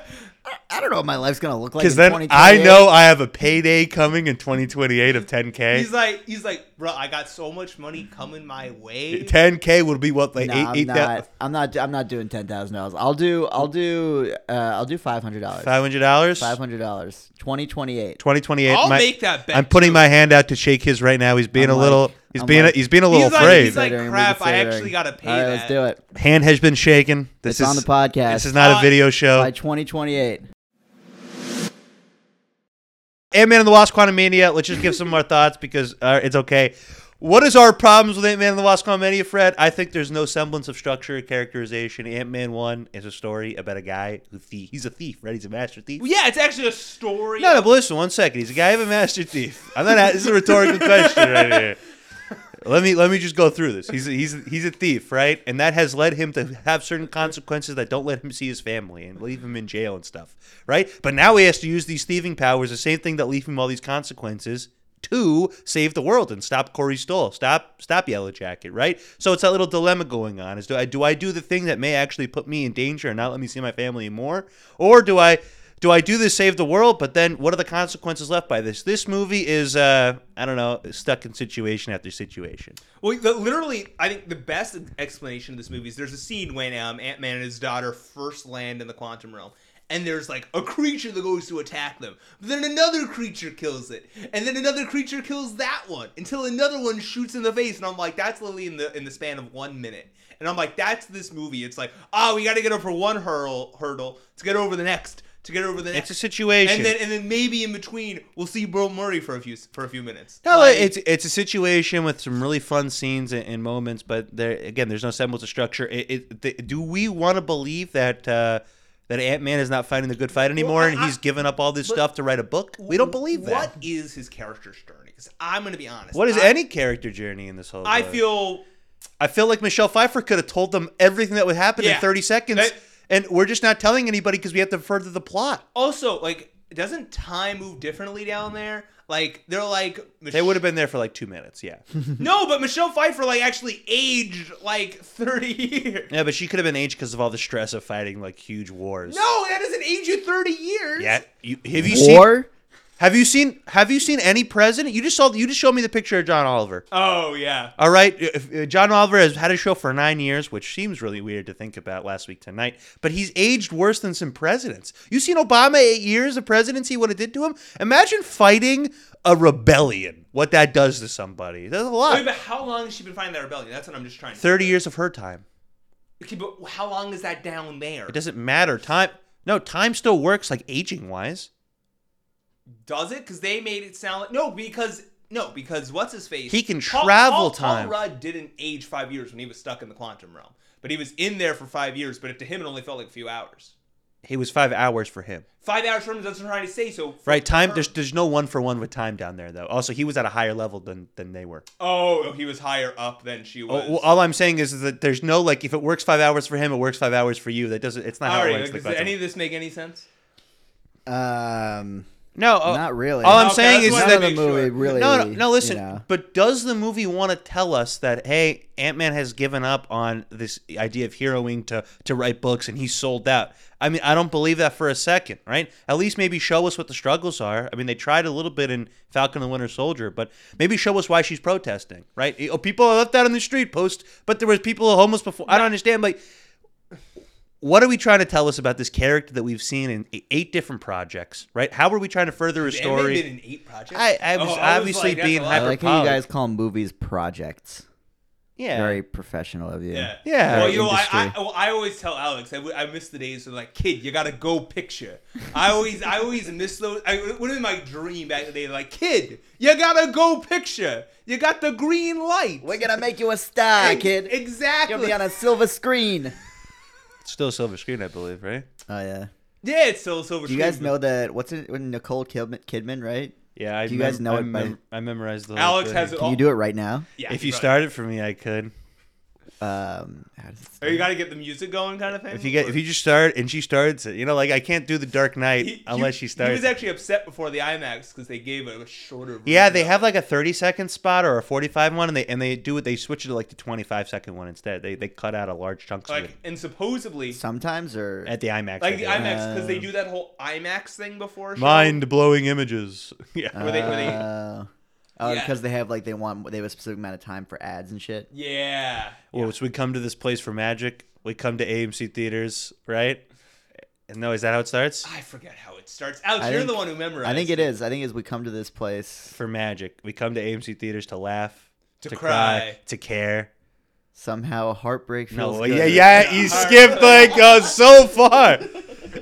I don't know what my life's gonna look like. Because in then I 2028. know I have a payday coming in 2028 of 10k. He's like, he's like, bro, I got so much money coming my way. 10k would be what like No, eight I'm eight not. I'm not. I'm not doing ten thousand dollars. I'll do. I'll do. Uh, I'll do five hundred dollars. five hundred dollars. Five hundred dollars. Twenty twenty eight. 2028. I'll my- make that bet. I'm putting too. my hand out to shake his right now. He's being I'm a little. like- He's I'm being. like- a, he's being a little He's like- afraid. he's like, crap, I actually gotta pay All right, that. let's do it. hand has been shaken. This It's is on the podcast. This is not a Uh, video show. by twenty twenty eight. Ant Man and the Wasp: Quantumania. Let's just give some more thoughts because uh, it's okay. What is our problems with Ant Man and the Wasp: Quantumania, Fred? I think there's no semblance of structure, or characterization. Ant Man one is a story about a guy who thie- he's a thief, right? He's a master thief. Yeah, it's actually a story. No, no, but listen, one second. He's a guy of a master thief. I'm not. This is a rhetorical question right here. Let me let me just go through this. He's a, he's a, he's a thief, right? And that has led him to have certain consequences that don't let him see his family and leave him in jail and stuff, right? But now he has to use these thieving powers, the same thing that leave him all these consequences to save the world and stop Corey Stoll, stop stop Yellow Jacket, right? So it's that little dilemma going on: is do I do I do the thing that may actually put me in danger and not let me see my family anymore, or do I do I do this save the world? But then what are the consequences left by this? This movie is uh I don't know stuck in situation after situation. Well, the, literally, I think the best explanation of this movie is there's a scene when um, Ant Man and his daughter first land in the quantum realm. And there's like a creature that goes to attack them. But then another creature kills it. And then another creature kills that one. Until another one shoots in the face. And I'm like, that's literally in the in the span of one minute. And I'm like, that's this movie. It's like, oh, we gotta get over one hurdle hurdle to get over the next. To get over the It's next. a situation. and then and then maybe in between we'll see Bill Murray for a few for a few minutes. No, Like- it's it's a situation with some really fun scenes and, and moments, but there again, there's no semblance of structure. It, it, the, do we want to believe that uh, that Ant Man is not fighting the good fight anymore, I- and he's I- given up all this but- stuff to write a book? We don't believe that. What is his character's journey? 'Cause I'm gonna be honest. What is I, any character journey in this whole? I book? feel I feel like Michelle Pfeiffer could have told them everything that would happen in Yeah. 30 seconds, That- and we're just not telling anybody because we have to further the plot. also like doesn't time move differently down there? Like they're like They would have been there for like two minutes, yeah. no, but Michelle Pfeiffer like actually aged like 30 years. yeah, but she could have been aged because of all the stress of fighting like huge wars. No, that doesn't age you 30 years. Yeah, you, have you seen? War. Have you seen? Have you seen any president? You just saw. You just showed me the picture of John Oliver. Oh yeah. All right, uh, if- if John Oliver has had a show for nine years, which seems really weird to think about last week tonight. But he's aged worse than some presidents. You seen Obama eight years of presidency? What it did to him? Imagine fighting a rebellion. What that does to somebody. That's a Wait, lot. but how long has she been fighting that rebellion? That's what I'm just trying. to Thirty years of her time. Okay, but how long is that down there? It doesn't matter. Time. No, time still works. Like aging wise. Does it? Because they made it sound like no, because no, because what's his face? He can travel Paul time. Rudd didn't age five years when he was stuck in the quantum realm. But he was in there for five years. But to him, it only felt like a few hours. It was five hours for him. Five hours from him, that's what I'm trying to say. So Right, time. for- There's there's no one for one with time down there though. Also, he was at a higher level than than they were. oh, he was higher up than she was. Oh, well, all I'm saying is, is that there's no like if it works five hours for him, it works five hours for you. That doesn't. It's not how All it right, works. does like, any of this make any sense? Um, no, uh, not really. All I'm Okay, saying that's is what I that None wanted of to the make movie sure. really. no, no, no. Listen, you know. but does the movie want to tell us that hey, Ant Man has given up on this idea of heroing to to write books and he's sold out? I mean, I don't believe that for a second. Right? At least maybe show us what the struggles are. I mean, they tried a little bit in Falcon and the Winter Soldier, but maybe show us why she's protesting. Right? Oh, people are left out on the street post, but there was people homeless before. I don't understand. Like, what are we trying to tell us about this character that we've seen in eight different projects? Right? How are we trying to further his Has Ant-Man story? been in eight projects? I, I was Oh, I was obviously like, that's being a hyperbolic. lot. I like how you guys call movies projects. yeah. Very professional of you. Yeah. Yeah. Well, you know, I, Industry. I, well, I always tell Alex, I, w- I miss the days of like, kid, you got a go picture. I always, I always miss those. I, it would have been my dream back in the day, like, kid, you got a go picture. You got the green light. We're gonna make you a star, kid. You'll Exactly. be on a silver screen. It's still silver screen, I believe, right? Oh yeah. yeah, it's still silver. Do you guys know that? What's it? When Nicole Kidman, Kidman, right? Yeah. I Do you guys know I it by- I memorized the. whole Alex thing. has it Can all. you do it right now? Yeah, If you right. start it for me, I could. Um, how does it Or start? you got to get the music going, kind of thing. If you get, if you just start and she starts it, you know, like I can't do the Dark Knight unless she He starts. was actually upset before the IMAX because they gave it a shorter. yeah, version they of have like a thirty second spot or a forty five one, and they and they do it. They switch it to like the twenty five second one instead. They they cut out a large chunks it. of like, it and supposedly sometimes or at the IMAX. like the I guess. IMAX because they Um, do that whole IMAX thing before. a show. mind blowing images. yeah. where they- where they- Uh, oh, Yeah. because they have like they want they have a specific amount of time for ads and shit. Yeah. Well, so we come to this place for magic. We come to AMC theaters, right? And no, is that how it starts? I forget how it starts. Alex, I you're think- the one who memorized. I think it is. I think as we come to this place, For magic, we come to AMC theaters to laugh, To to, cry. cry, to care. somehow heartbreak feels No, good. yeah, yeah, Yeah. you skipped like uh, so far.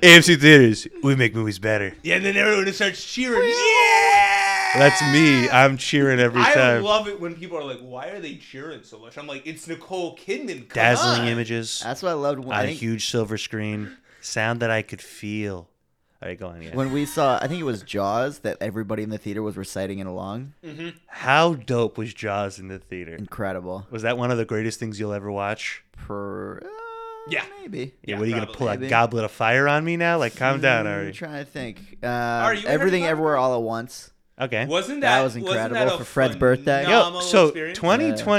AMC theaters, we make movies better. Yeah, and then everyone starts cheering. Yeah. That's me. I'm cheering every I time. love it when people are like, "Why are they cheering so much?" I'm like, "It's Nicole Kidman." Come Dazzling on." images That's what I loved. When, on I a think huge silver screen, sound that I could feel. All right, go on. Yeah. when we saw, I think it was Jaws that everybody in the theater was reciting it along. How dope was Jaws in the theater? Incredible. Was that one of the greatest things you'll ever watch? Per, uh, Yeah. maybe. Yeah, Yeah, what are you gonna probably. Mm-hmm. pull Maybe. a goblet of fire on me now? Like, calm down Hmm, already. trying to think. Um, you everything, entertained? everywhere, all at once. Okay. Wasn't that, That was wasn't incredible that a for Fred's birthday. Yo, Yo, phenomenal so experience?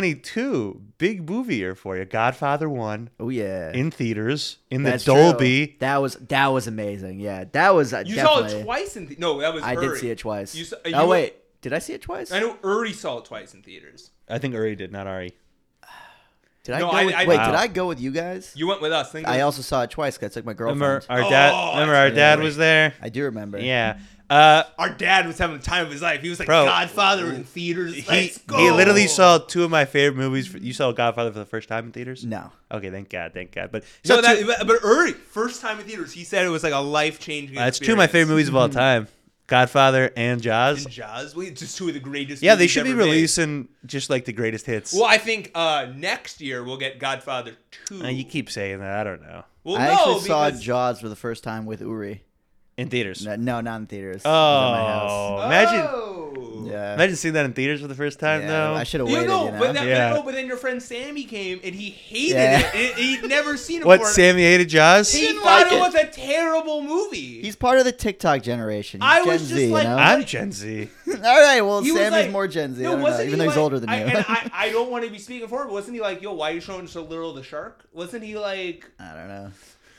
2022, big movie year for you. Godfather one Oh yeah. in theaters in That's the true. Dolby. That was that was amazing. Yeah, that was uh, You definitely. saw it twice in the- no, that was I Uri. did see it twice. You saw- oh you- wait, did I see it twice? I know Uri saw it twice in theaters. I think Uri did, not Ari. Did I No, go I- with, I- wait, Wow. did I go with you guys? You went with us. Think I of- also saw it twice because I took my girlfriend. Remember our Oh, dad? Remember our that's dad right. was there. I do remember. Yeah. Uh, our dad was having the time of his life. He was like Bro. Godfather in theaters. he Let's go. he literally saw two of my favorite movies. For, you saw Godfather for the first time in theaters? No. Okay, thank God, thank God. But so No, two- that, but, but Uri, first time in theaters, he said it was like a life changing. that's two of my favorite movies of all time: Godfather and Jaws. Jaws, well, just two of the greatest. Yeah, they movies should be ever made. releasing just like the greatest hits. Well, I think uh, next year we'll get Godfather two. Uh, you keep saying that. I don't know. well, I no, actually saw because- Jaws for the first time with Uri. In theaters. No, no not in theaters. It was at my house. Oh, imagine Oh. Yeah. imagine seeing that in theaters for the first time Yeah, though. I should have You waited. know, you know? but that, Yeah. but no, but then your friend Sammy came and he hated Yeah. it. He- He'd never seen it what before. Sammy hated Jaws? he didn't thought like it it. was a terrible movie. He's part of the TikTok generation. He's I Gen was just Z, like- you know? I'm Gen Z. All right, well, He was Sammy's like- more Gen Z. I No, don't know, wasn't even he though he's like- older than I, you. And I, I don't want to be speaking for him. but Wasn't he like, yo, why are you showing so little the shark? Wasn't he like, I don't know.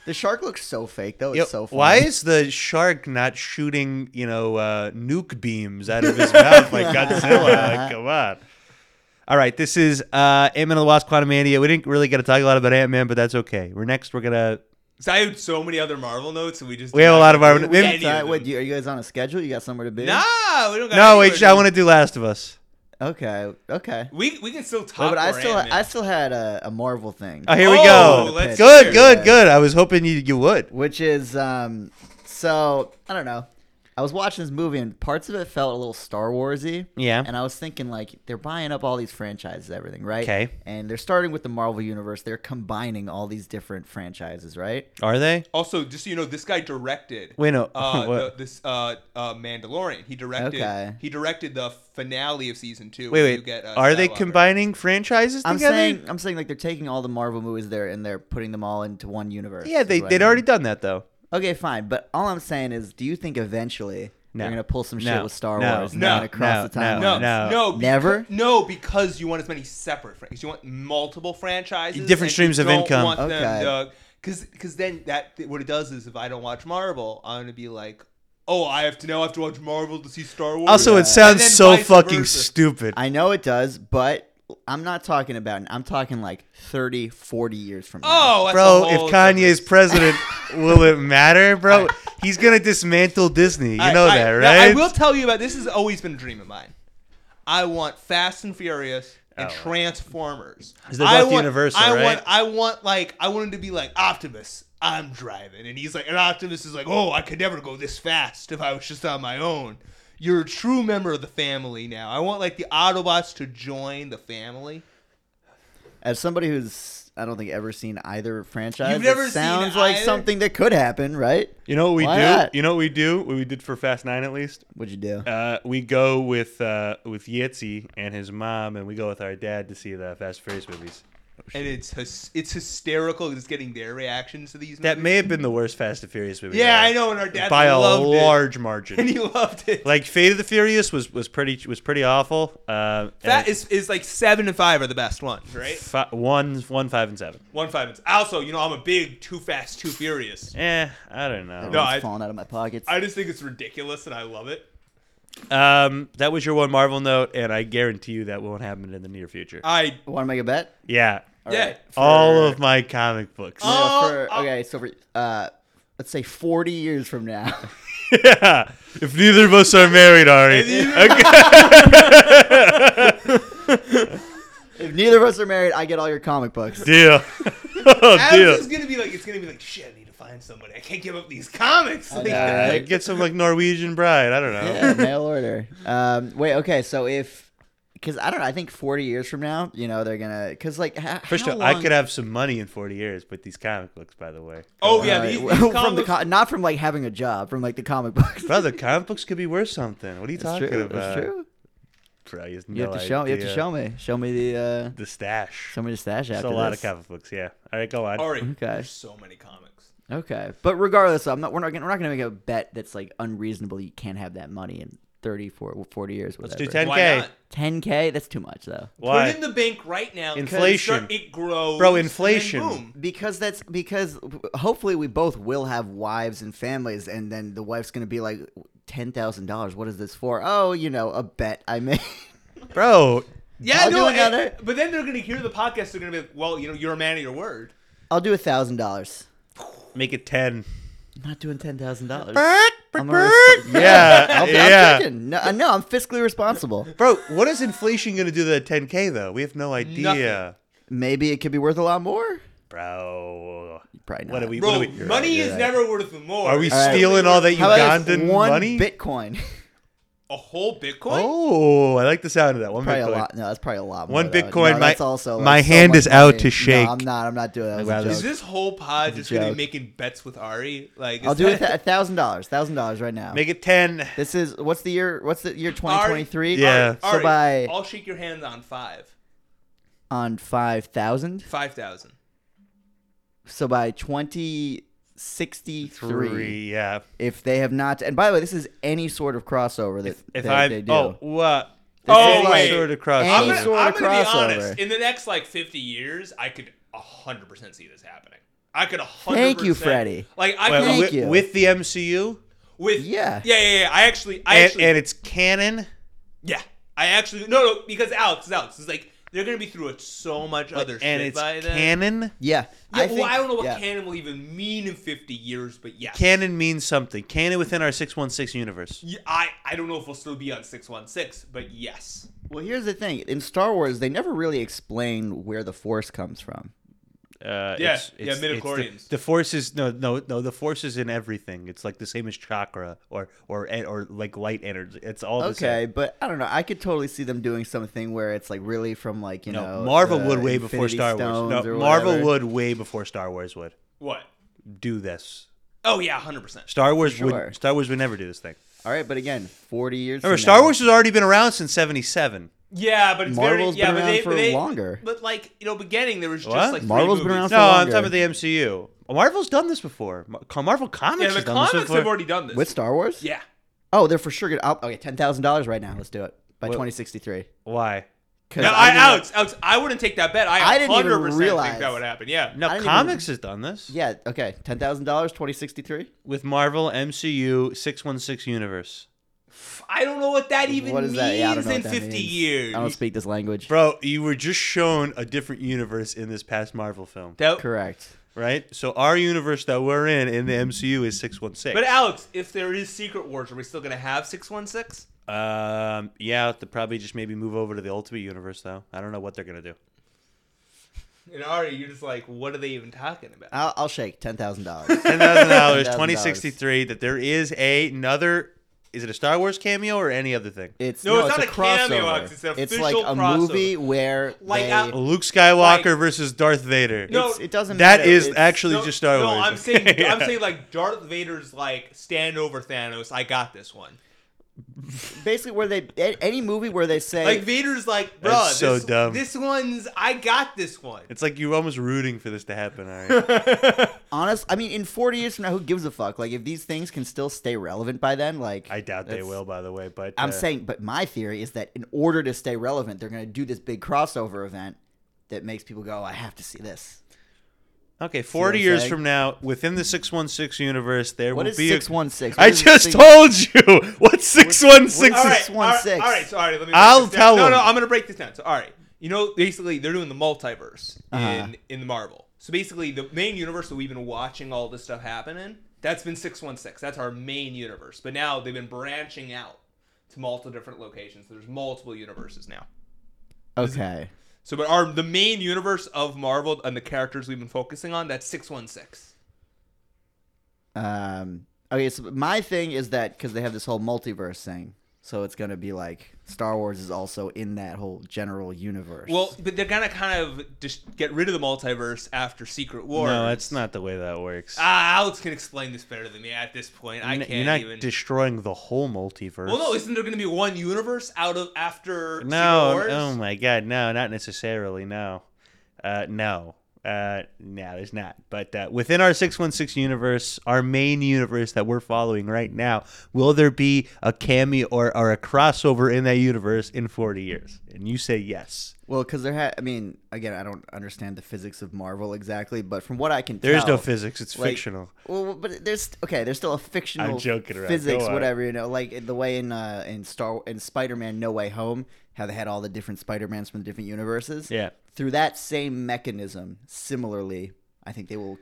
The shark looks so fake, though. It's Yo, so funny. why is the shark not shooting, you know, uh, nuke beams out of his mouth like Godzilla? Like, come on. All right, this is uh, Ant Man and the Wasp: Quantumania. We didn't really get to talk a lot about Ant Man, but that's okay. We're next. We're gonna. Cause I had so many other Marvel notes, and we just We have a lot of our. Wait, Maybe, any of uh, them. wait, do you- are you guys on a schedule? You got somewhere to be? Nah, we don't. Got no, anywhere, wait. I dude. want to do Last of Us. Okay. Okay. We we can still Wait, talk. but I more still, Ant-Man. I still had a, a Marvel thing, Oh, here we Oh, go. let's good, hear good, it. good. I was hoping you you would. which is um, so I don't know. I was watching this movie and parts of it felt a little Star Warsy. Yeah. And I was thinking like they're buying up all these franchises, everything, right? 'Kay. And they're starting with the Marvel universe. They're combining all these different franchises, right? Are they? Also, just so you know, this guy directed. Wait, no. Uh, the, what? this uh, uh, Mandalorian. He directed. Okay. He directed the finale of season two. wait, where you wait. get, uh, Are they Skywalker. combining franchises I'm together? saying I'm saying like they're taking all the Marvel movies there and they're putting them all into one universe. yeah, is they what I they'd mean. already done that though. Okay, fine. But all I'm saying is, do you think eventually No. they're gonna pull some shit No. with Star No. Wars and No. they're gonna No. cross the timeline? No, No. no, no beca- Never? No, because you want as many separate franchises. You want multiple franchises, Different and streams you of don't income. Want Okay. them because because then that what it does is if I don't watch Marvel, I'm gonna be like, oh, I have to now I have to watch Marvel to see Star Wars. Also, it And sounds then so vice fucking versa. stupid. I know it does, but I'm not talking about. I'm talking like 30, 40 years from now. Oh, that's bro, a if whole Kanye's different- president, will it matter, bro? He's gonna dismantle Disney. You All right, know all right. that, Now, right? I will tell you about this. Has always been a dream of mine. I want Fast and Furious and Oh. Transformers. Because they're I both want, Universal, I right? want. I want like I want him to be like Optimus. I'm driving, and he's like, and Optimus is like, oh, I could never go this fast if I was just on my own. You're a true member of the family now. I want like the Autobots to join the family. As somebody who's I don't think ever seen either franchise. You've never it seen sounds like either? something that could happen, right? you know what we Why do? not? You know what we do? What we did for Fast Nine, at least. What'd you do? Uh, we go with uh, with Yitzi and his mom, and we go with our dad to see the Fast and Furious movies. And it's hys- it's hysterical just getting their reactions to these. That movies. may have been the worst Fast and Furious movie. yeah, ever. I know, and our dad by a loved it, large and margin. he loved it. Like Fate of the Furious was was pretty was pretty awful. Uh, That is is like seven and five are the best ones, right? fi- one one five and seven. One five. And, also, you know, I'm a big Too Fast, Too Furious. Eh, I don't know. Everyone's I- Oh, falling out of my pockets. I just think it's ridiculous, and I love it. Um, that was your one Marvel note, and I guarantee you that won't happen in the near future. I Want to make a bet? yeah, yeah. right. all of my comic books. Oh. Yeah, Uh, for- uh, okay, so for uh, let's say 40 years from now. yeah, if neither of us are married, Ari. Okay. if neither of us are married, I get all your comic books. deal. oh, Adam's deal. is gonna be like, it's gonna be like, shit. I need to find somebody. I can't give up these comics. I Like, know, Yeah, right? Get some like Norwegian bride. I don't know. Yeah, mail order. Um, wait, okay, so if because I don't know, I think 40 years from now, you know, they're gonna because like ha- First how of all, I long- could have some money in 40 years with these comic books, by the way. oh yeah, Uh, these, these from the comics- co- not from like having a job, from like the comic books. Brother, comic books could be worth something. What are you It's talking true. it's about? true. Bro, you have, You no have to show. You have to idea. show me. Show me the. Uh, The stash. show me the stash It's after a lot this. of comic books, yeah. All right, go on. All right. Okay. There's so many comics. Okay, but regardless, I'm not. We're not. Gonna, we're not going to make a bet that's like unreasonable. You can't have that money in 30, 40, 40 years. Whatever. Let's do 10K. Why not? 10k. That's too much though. Why? Put it in the bank right now. because Inflation. It, start- it grows. Bro, and then inflation. boom. Because that's because hopefully we both will have wives and families, and then the wife's going to be like ten thousand dollars. What is this for? Oh, you know, a bet I made. Bro, Yeah, I'll no. do another. and- but then they're gonna hear the podcast. They're gonna be like, well, you know, you're a man of your word. I'll do a thousand dollars. make it 10. I'm not doing ten thousand dollars. I'm I'm a a resp- resp- yeah, I'll, yeah. I'm checking. No, uh, no, I'm fiscally responsible. Bro, what is inflation going to do to that 10K, though? We have no idea. Nothing. Maybe it could be worth a lot more. Bro. Probably not. What are we? Bro, what are we money you're is right. never worth more. Are we All right. stealing all that How about this? Ugandan one money? Bitcoin? a whole Bitcoin? oh, I like the sound of that. One probably Bitcoin. a lot. No, that's probably a lot. More, One though. Bitcoin, No, my- that's also like, my so hand much is out money. to shake. No, I'm not. I'm not doing that. rather- that was Is a joke. this whole pod just a gonna be joke. making bets with Ari? Like, is I'll do it. that- A thousand dollars. Thousand dollars right now. Make it 10. This is what's the year? What's the year? Twenty Ari- twenty three. Yeah. So Ari, by I'll shake your hand on five, on five thousand. five thousand. So by twenty sixty three. Three, yeah. If they have not, and by the way, this is any sort of crossover that If that I'm. they do. Oh, what? This Oh, is like- wait. Sort of cross. Any I'm over. gonna, sort I'm of gonna be crossover. honest. In the next like fifty years, I could hundred percent see this happening. I could hundred. Thank you, Freddie. Like I Wait, could, Thank with, you. with the MCU, with Yeah. yeah, yeah, yeah. I actually, I and, actually, and it's canon. yeah, I actually no, no, because Alex, Alex is like they're gonna be through it so much other shit and it's by then. canon. yeah. yeah, well, think- I don't know what yeah. canon will even mean in fifty years, but yeah. Canon means something. Canon within our six one six universe. Yeah, I, I don't know if we'll still be on 616, but yes. Well, here's the thing. In Star Wars, they never really explain where the Force comes from. Uh, Yeah, it's, yeah, it's- it's midichlorians. The, the force is no, no, no. The force is in everything. It's like the same as chakra or or or like light energy. It's all the Okay, same. but I don't know. I could totally see them doing something where it's like really from like you No, know Marvel the would way before Infinity Star Wars. Stones or No, Marvel whatever. would way before Star Wars would What? do this. Oh yeah, hundred percent. Star Wars sure. would Star Wars would never do this thing. All right, but again, forty years. Remember, from Star now, Wars has already been around since '77. Yeah, but it's Marvel's very yeah, been but around they, for but they, longer. But like you know, beginning there was just What? like three Marvel's been around movies. No, I'm talking longer. about the MCU. Marvel's done this before. Mar- Marvel Comics. Yeah, has the done this comics before. have already done this. with Star Wars. yeah, Oh, they're for sure gonna. I'll, okay, ten thousand dollars right now. Let's do it by What? twenty sixty three. Why? no, I, Alex, Alex, I wouldn't take that bet. I, I didn't even 100% realize. think that would happen. Yeah, No, I didn't even- comics has done this Yeah. Okay. Ten thousand dollars. Twenty sixty three. with Marvel MCU 616 universe. I don't know what that even What is means that? Yeah, I don't know in what that 50 means. years. I don't speak this language. Bro, you were just shown a different universe in this past Marvel film, That- Correct. right? So our universe that we're in in the MCU is 616. but Alex, if there is Secret Wars, are we still gonna have 616? um, yeah, they probably just maybe move over to the Ultimate universe though. I don't know what they're going to do. And Ari, you're just like, what are they even talking about? I'll, I'll shake ten thousand dollars. $10,000 $10,000. 2063 that there is a, another is it a Star Wars cameo or any other thing? It's No, no, it's not a a cameo, crossover. Alex, it's an like official a crossover. movie where Like, they, Al- Luke Skywalker Like- versus Darth Vader. No, it's- it doesn't. that matter. is It's- actually no, just Star no, Wars. I'm saying, Yeah. I'm saying like Darth Vader's like stand over Thanos. I got this one. basically where they a- any movie where they say Like Vader's like, bro, That's so this, dumb. this one's I got this one. It's like you're almost rooting for this to happen. All right. honest. I mean, in forty years from now, who gives a fuck? Like if these things can still stay relevant by then, like I doubt they that's- will, by the way. But I'm uh, saying, but my theory is that in order to stay relevant, they're going to do this big crossover event that makes people go, "I have to see this." okay, 40 I'm years saying? from now, within the 616 universe, there What will is be. six a, one six? I just told you what 616 what- All right, is. 616. All right, all right, so all right, let me. break I'll this down. tell No, no, him. I'm gonna break this down. So all right, you know, basically they're doing the multiverse Uh-huh. in in the Marvel. So basically, the main universe that we've been watching all this stuff happen in that's been six one six. That's our main universe. But now they've been branching out to multiple different locations. There's multiple universes now. Okay, So, but our the main universe of Marvel and the characters we've been focusing on that's six one six. um, okay. So my thing is that because they have this whole multiverse thing, so it's going to be like Star Wars is also in that whole general universe. Well, but they're gonna kind of just get rid of the multiverse after Secret War. No, that's not the way that works. Ah, Alex can explain this better than me at this point. I You're can't not- you're not even. destroying the whole multiverse. well, no, isn't there going to be one universe out of after No, Secret Wars? oh my god, no, not necessarily, no. Uh, no. Uh, no, there's not. But uh, within our 616 universe, our main universe that we're following right now, will there be a cameo or, or a crossover in that universe in 40 years? And you say yes. well, because there had. I mean, again, I don't understand the physics of Marvel exactly, but from what I can, There is no tell- physics, it's like- fictional. Well, but there's okay. There's still a fictional. I'm joking around. Physics, Go on. whatever you know, like the way in uh, in Star in Spider-Man No Way Home, how they had all the different Spider-Mans from the different universes. Yeah. Through that same mechanism, similarly, I think they will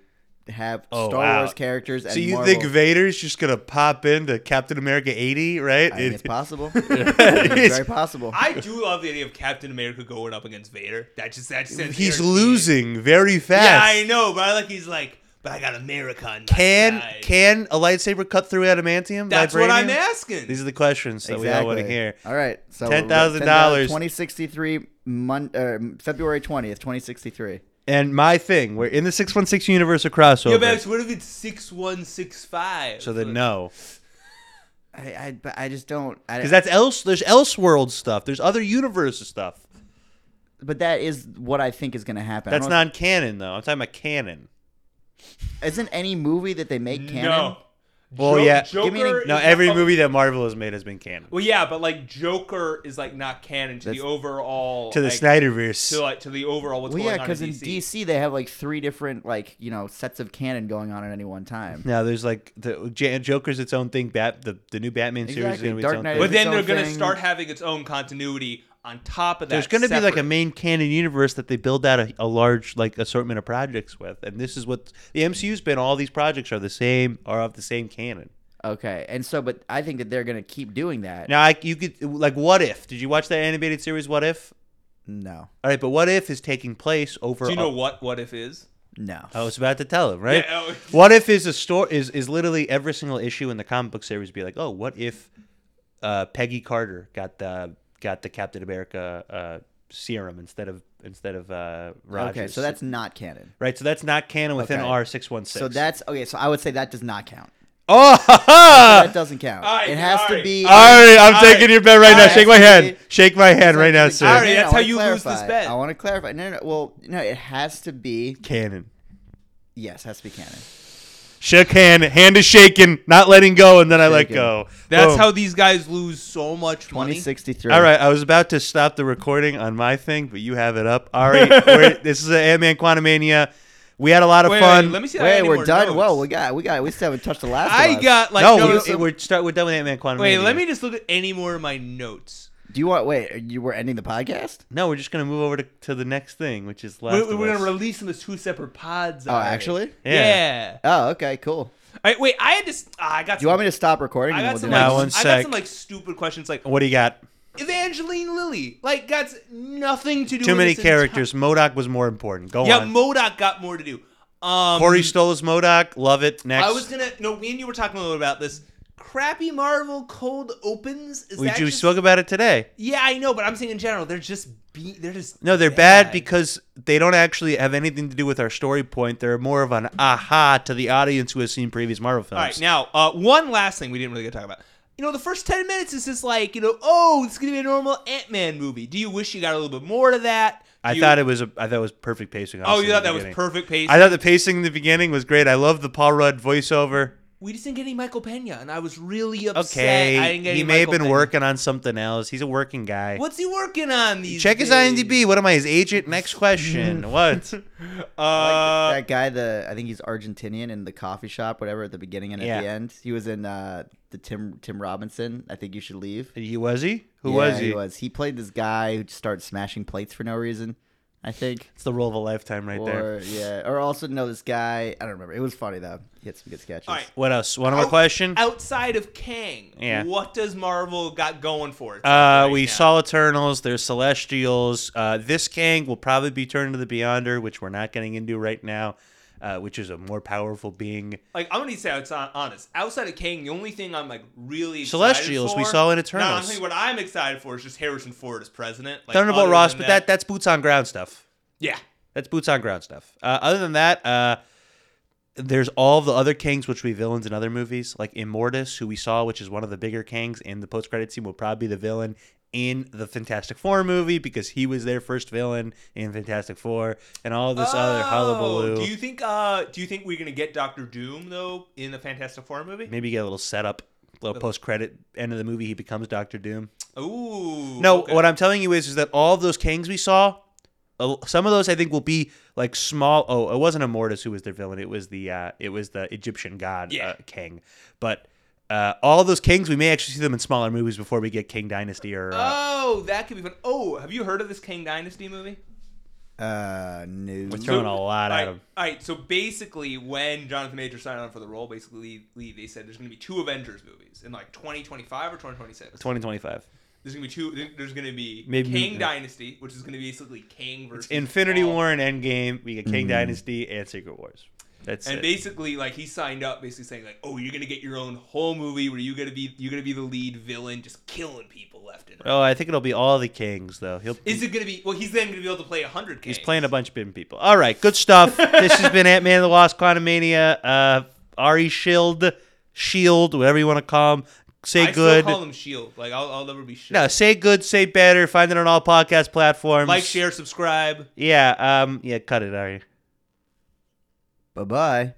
have Oh, Star wow. Wars characters. And So you Marvel. think Vader's just going to pop into Captain America 80, right? I mean, It- it's possible. it's very possible. I do love the idea of Captain America going up against Vader. That just that just sends he's energy. losing very fast. Yeah, I know, but I like he's like, but I got America on my Can side. can a lightsaber cut through adamantium? That's what I'm vibranium? asking. These are the questions that we all want to hear. All right, so $10,000. twenty sixty three, mon- uh, February twentieth, twenty sixty three. And my thing, we're in the 616 universe of crossover. Yo, Max, what if it's six one six five? so then no. I, I, but I just don't. I, Cuz that's else there's elseworld stuff. There's other universes stuff. but that is what I think is going to happen. I That's don't- non-canon though. I'm talking about canon. Isn't any movie that they make canon? No. Well, Jo- yeah. Joker Give me an- is No, not- every movie that Marvel has made has been canon. Well, yeah, but like Joker is like not canon to the That's- overall To the like, Snyderverse. to like to the overall what's Well, going yeah, on in because in DC. DC they have like three different like you know sets of canon going on at any one time. now there's like the J- Joker's its own thing. Bat the, the new Batman series is Exactly. going to be Dark its own Knight thing. is But then its they're own going to thing. start having its own continuity on top of that. There's going to be like a separate. main canon universe that they build out a, a large like assortment of projects with, and this is what the MCU's been. All these projects are the same, are of the same canon. Okay, and so but I think that they're gonna keep doing that. Now, I, you could like, what if? Did you watch that animated series? What if? No, All right, but what if is taking place over. Do you a- know what What If is? No. I was about to tell him, right? Yeah, oh. What if is a store is is literally every single issue in the comic book series be like, oh, what if uh, Peggy Carter got the got the Captain America uh, serum instead of instead of uh, Rogers? Okay, so that's not canon. right. So that's not canon within Okay. R six one six. So that's okay. So I would say that does not count. oh. that doesn't count. all right, it has all to right. be. All right, I'm All taking right. your bet right All now. right. Shake my hand. Shake my hand right now, sir. No, All right, no, that's I how wanna you lose this clarify. bet. I want to clarify. No, no, no. Well, no, it has to be. Canon. Yes, has to be canon. Shook hand. Hand is shaking. Not letting go, and then I let Shaking. go. That's Boom. how these guys lose so much Twenty money. sixty three. All right, I was about to stop the recording on my thing, but you have it up. Ari, we're, this is an Ant-Man Quantumania. We had a lot of Wait, fun. wait, let me see. if I got Wait, any we're more done. notes. Whoa, we got, we got, we still haven't touched the last. I one. got like no, no, we're, so- we're, start, we're done with Ant-Man Quantumania. wait. Let me just look at any more of my notes. Do you want? Wait, are you were ending the podcast? No, we're just gonna move over to, to the next thing, which is Last We're, of we're gonna Us. release them as two separate pods. Oh, alright. actually. Yeah. Yeah. Oh, okay, cool. All right, wait. I had this. ah, I got. Do you want me to stop recording? I and got we'll some. do Nah, it? Like, one I got sec. some like stupid questions, like What do you got? Evangeline Lilly. Like, got nothing to do. Too with many this entire- characters. Modoc was more important. Go Yeah, on. Modoc got more to do. Um, Corey stole his Modoc. Love it. Next. I was gonna. No, me and you were talking a little about this. Crappy Marvel cold opens. Is we that we just- spoke about it today. Yeah, I know, but I'm saying in general, they're just be. They're just. No, they're bad. because they don't actually have anything to do with our story point. They're more of an aha to the audience who has seen previous Marvel films. All right, now uh, one last thing we didn't really get to talk about. You know, the first ten minutes is just like you know, oh, it's gonna be a normal Ant Man movie. Do you wish you got a little bit more to that? I Do you- thought it was a, I thought it was perfect pacing. Oh, honestly, you in thought the that was beginning. perfect pace. I thought the pacing in the beginning was great. I love the Paul Rudd voiceover. we just didn't get any Michael Pena, and I was really upset. I Okay, didn't get he any may have Michael been Peña. working on something else. He's a working guy. What's he working on these? Check his days? IMDb. What am I, his agent? Next question. what? Uh, that guy, the I think he's Argentinian in the coffee shop, whatever, at the beginning and Yeah. at the end. He was in uh, the Tim Tim Robinson. I think you should leave. He was he? Who Yeah, was he? He was. He played this guy who just started smashing plates for no reason. I think. It's the role of a lifetime, right or there. yeah, or also no, this guy. I don't remember. It was funny though. He had some good sketches. All right. What else? One more Out- question. Uh, outside of Kang, Yeah. what does Marvel got going for it? Uh, right we now? saw Eternals. There's Celestials. Uh, this Kang will probably be turned to the Beyonder, which we're not getting into right now, uh, which is a more powerful being. Like I'm gonna say, it's honest. Outside of Kang, the only thing I'm like really excited Celestials, we for- saw in No, I'm Eternals. thinking what I'm excited for is just Harrison Ford as president. Like, Thunderbolt other Ross, than but that that's boots on ground stuff. yeah. That's boots on ground stuff. Uh, other than that, uh, there's all the other kings, which we villains in other movies, like Immortus, who we saw, which is one of the bigger kings in the post credit scene, will probably be the villain in the Fantastic Four movie because he was their first villain in Fantastic Four, and all this other Oh, hullabaloo. Do you think? Uh, do you think we're gonna get Doctor Doom though in the Fantastic Four movie? Maybe get a little setup, little post credit end of the movie. He becomes Doctor Doom. Ooh. No, okay. what I'm telling you is, is that all of those kings we saw, uh, some of those I think will be like small. Oh, it wasn't Immortus who was their villain. It was the uh, it was the Egyptian god Yeah. uh, king. But uh, all those kings, we may actually see them in smaller movies before we get King Dynasty or. Uh, Oh, that could be fun. Oh, have you heard of this Kang Dynasty movie? Uh, no. We're throwing a lot at All right, him. All right, so basically, when Jonathan Major signed on for the role, basically they said there's going to be two Avengers movies in like 2025 or 2026. 2025. There's going to be two. There's going to be Maybe- Kang Dynasty, which is going to be basically Kang versus Infinity Kang. War and Endgame. We get King Dynasty and Secret Wars. That's And it. basically, like he signed up, basically saying like, "Oh, you're gonna get your own whole movie where you're gonna be you're gonna be the lead villain, just killing people left and right." oh, I think it'll be all the kings though. He'll Is it gonna be? Well, he's then gonna be able to play hundred. He's playing a bunch of different people. All right, good stuff. this has been Ant Man and the Lost Quantumania. Uh, Ari Shield, Shield, whatever you want to call him. Say I good. still call him Shield. Like I'll, I'll never be Shield. no, say good, say better. Find it on all podcast platforms. like, share, subscribe. Yeah, um, yeah, cut it, Ari. Bye bye.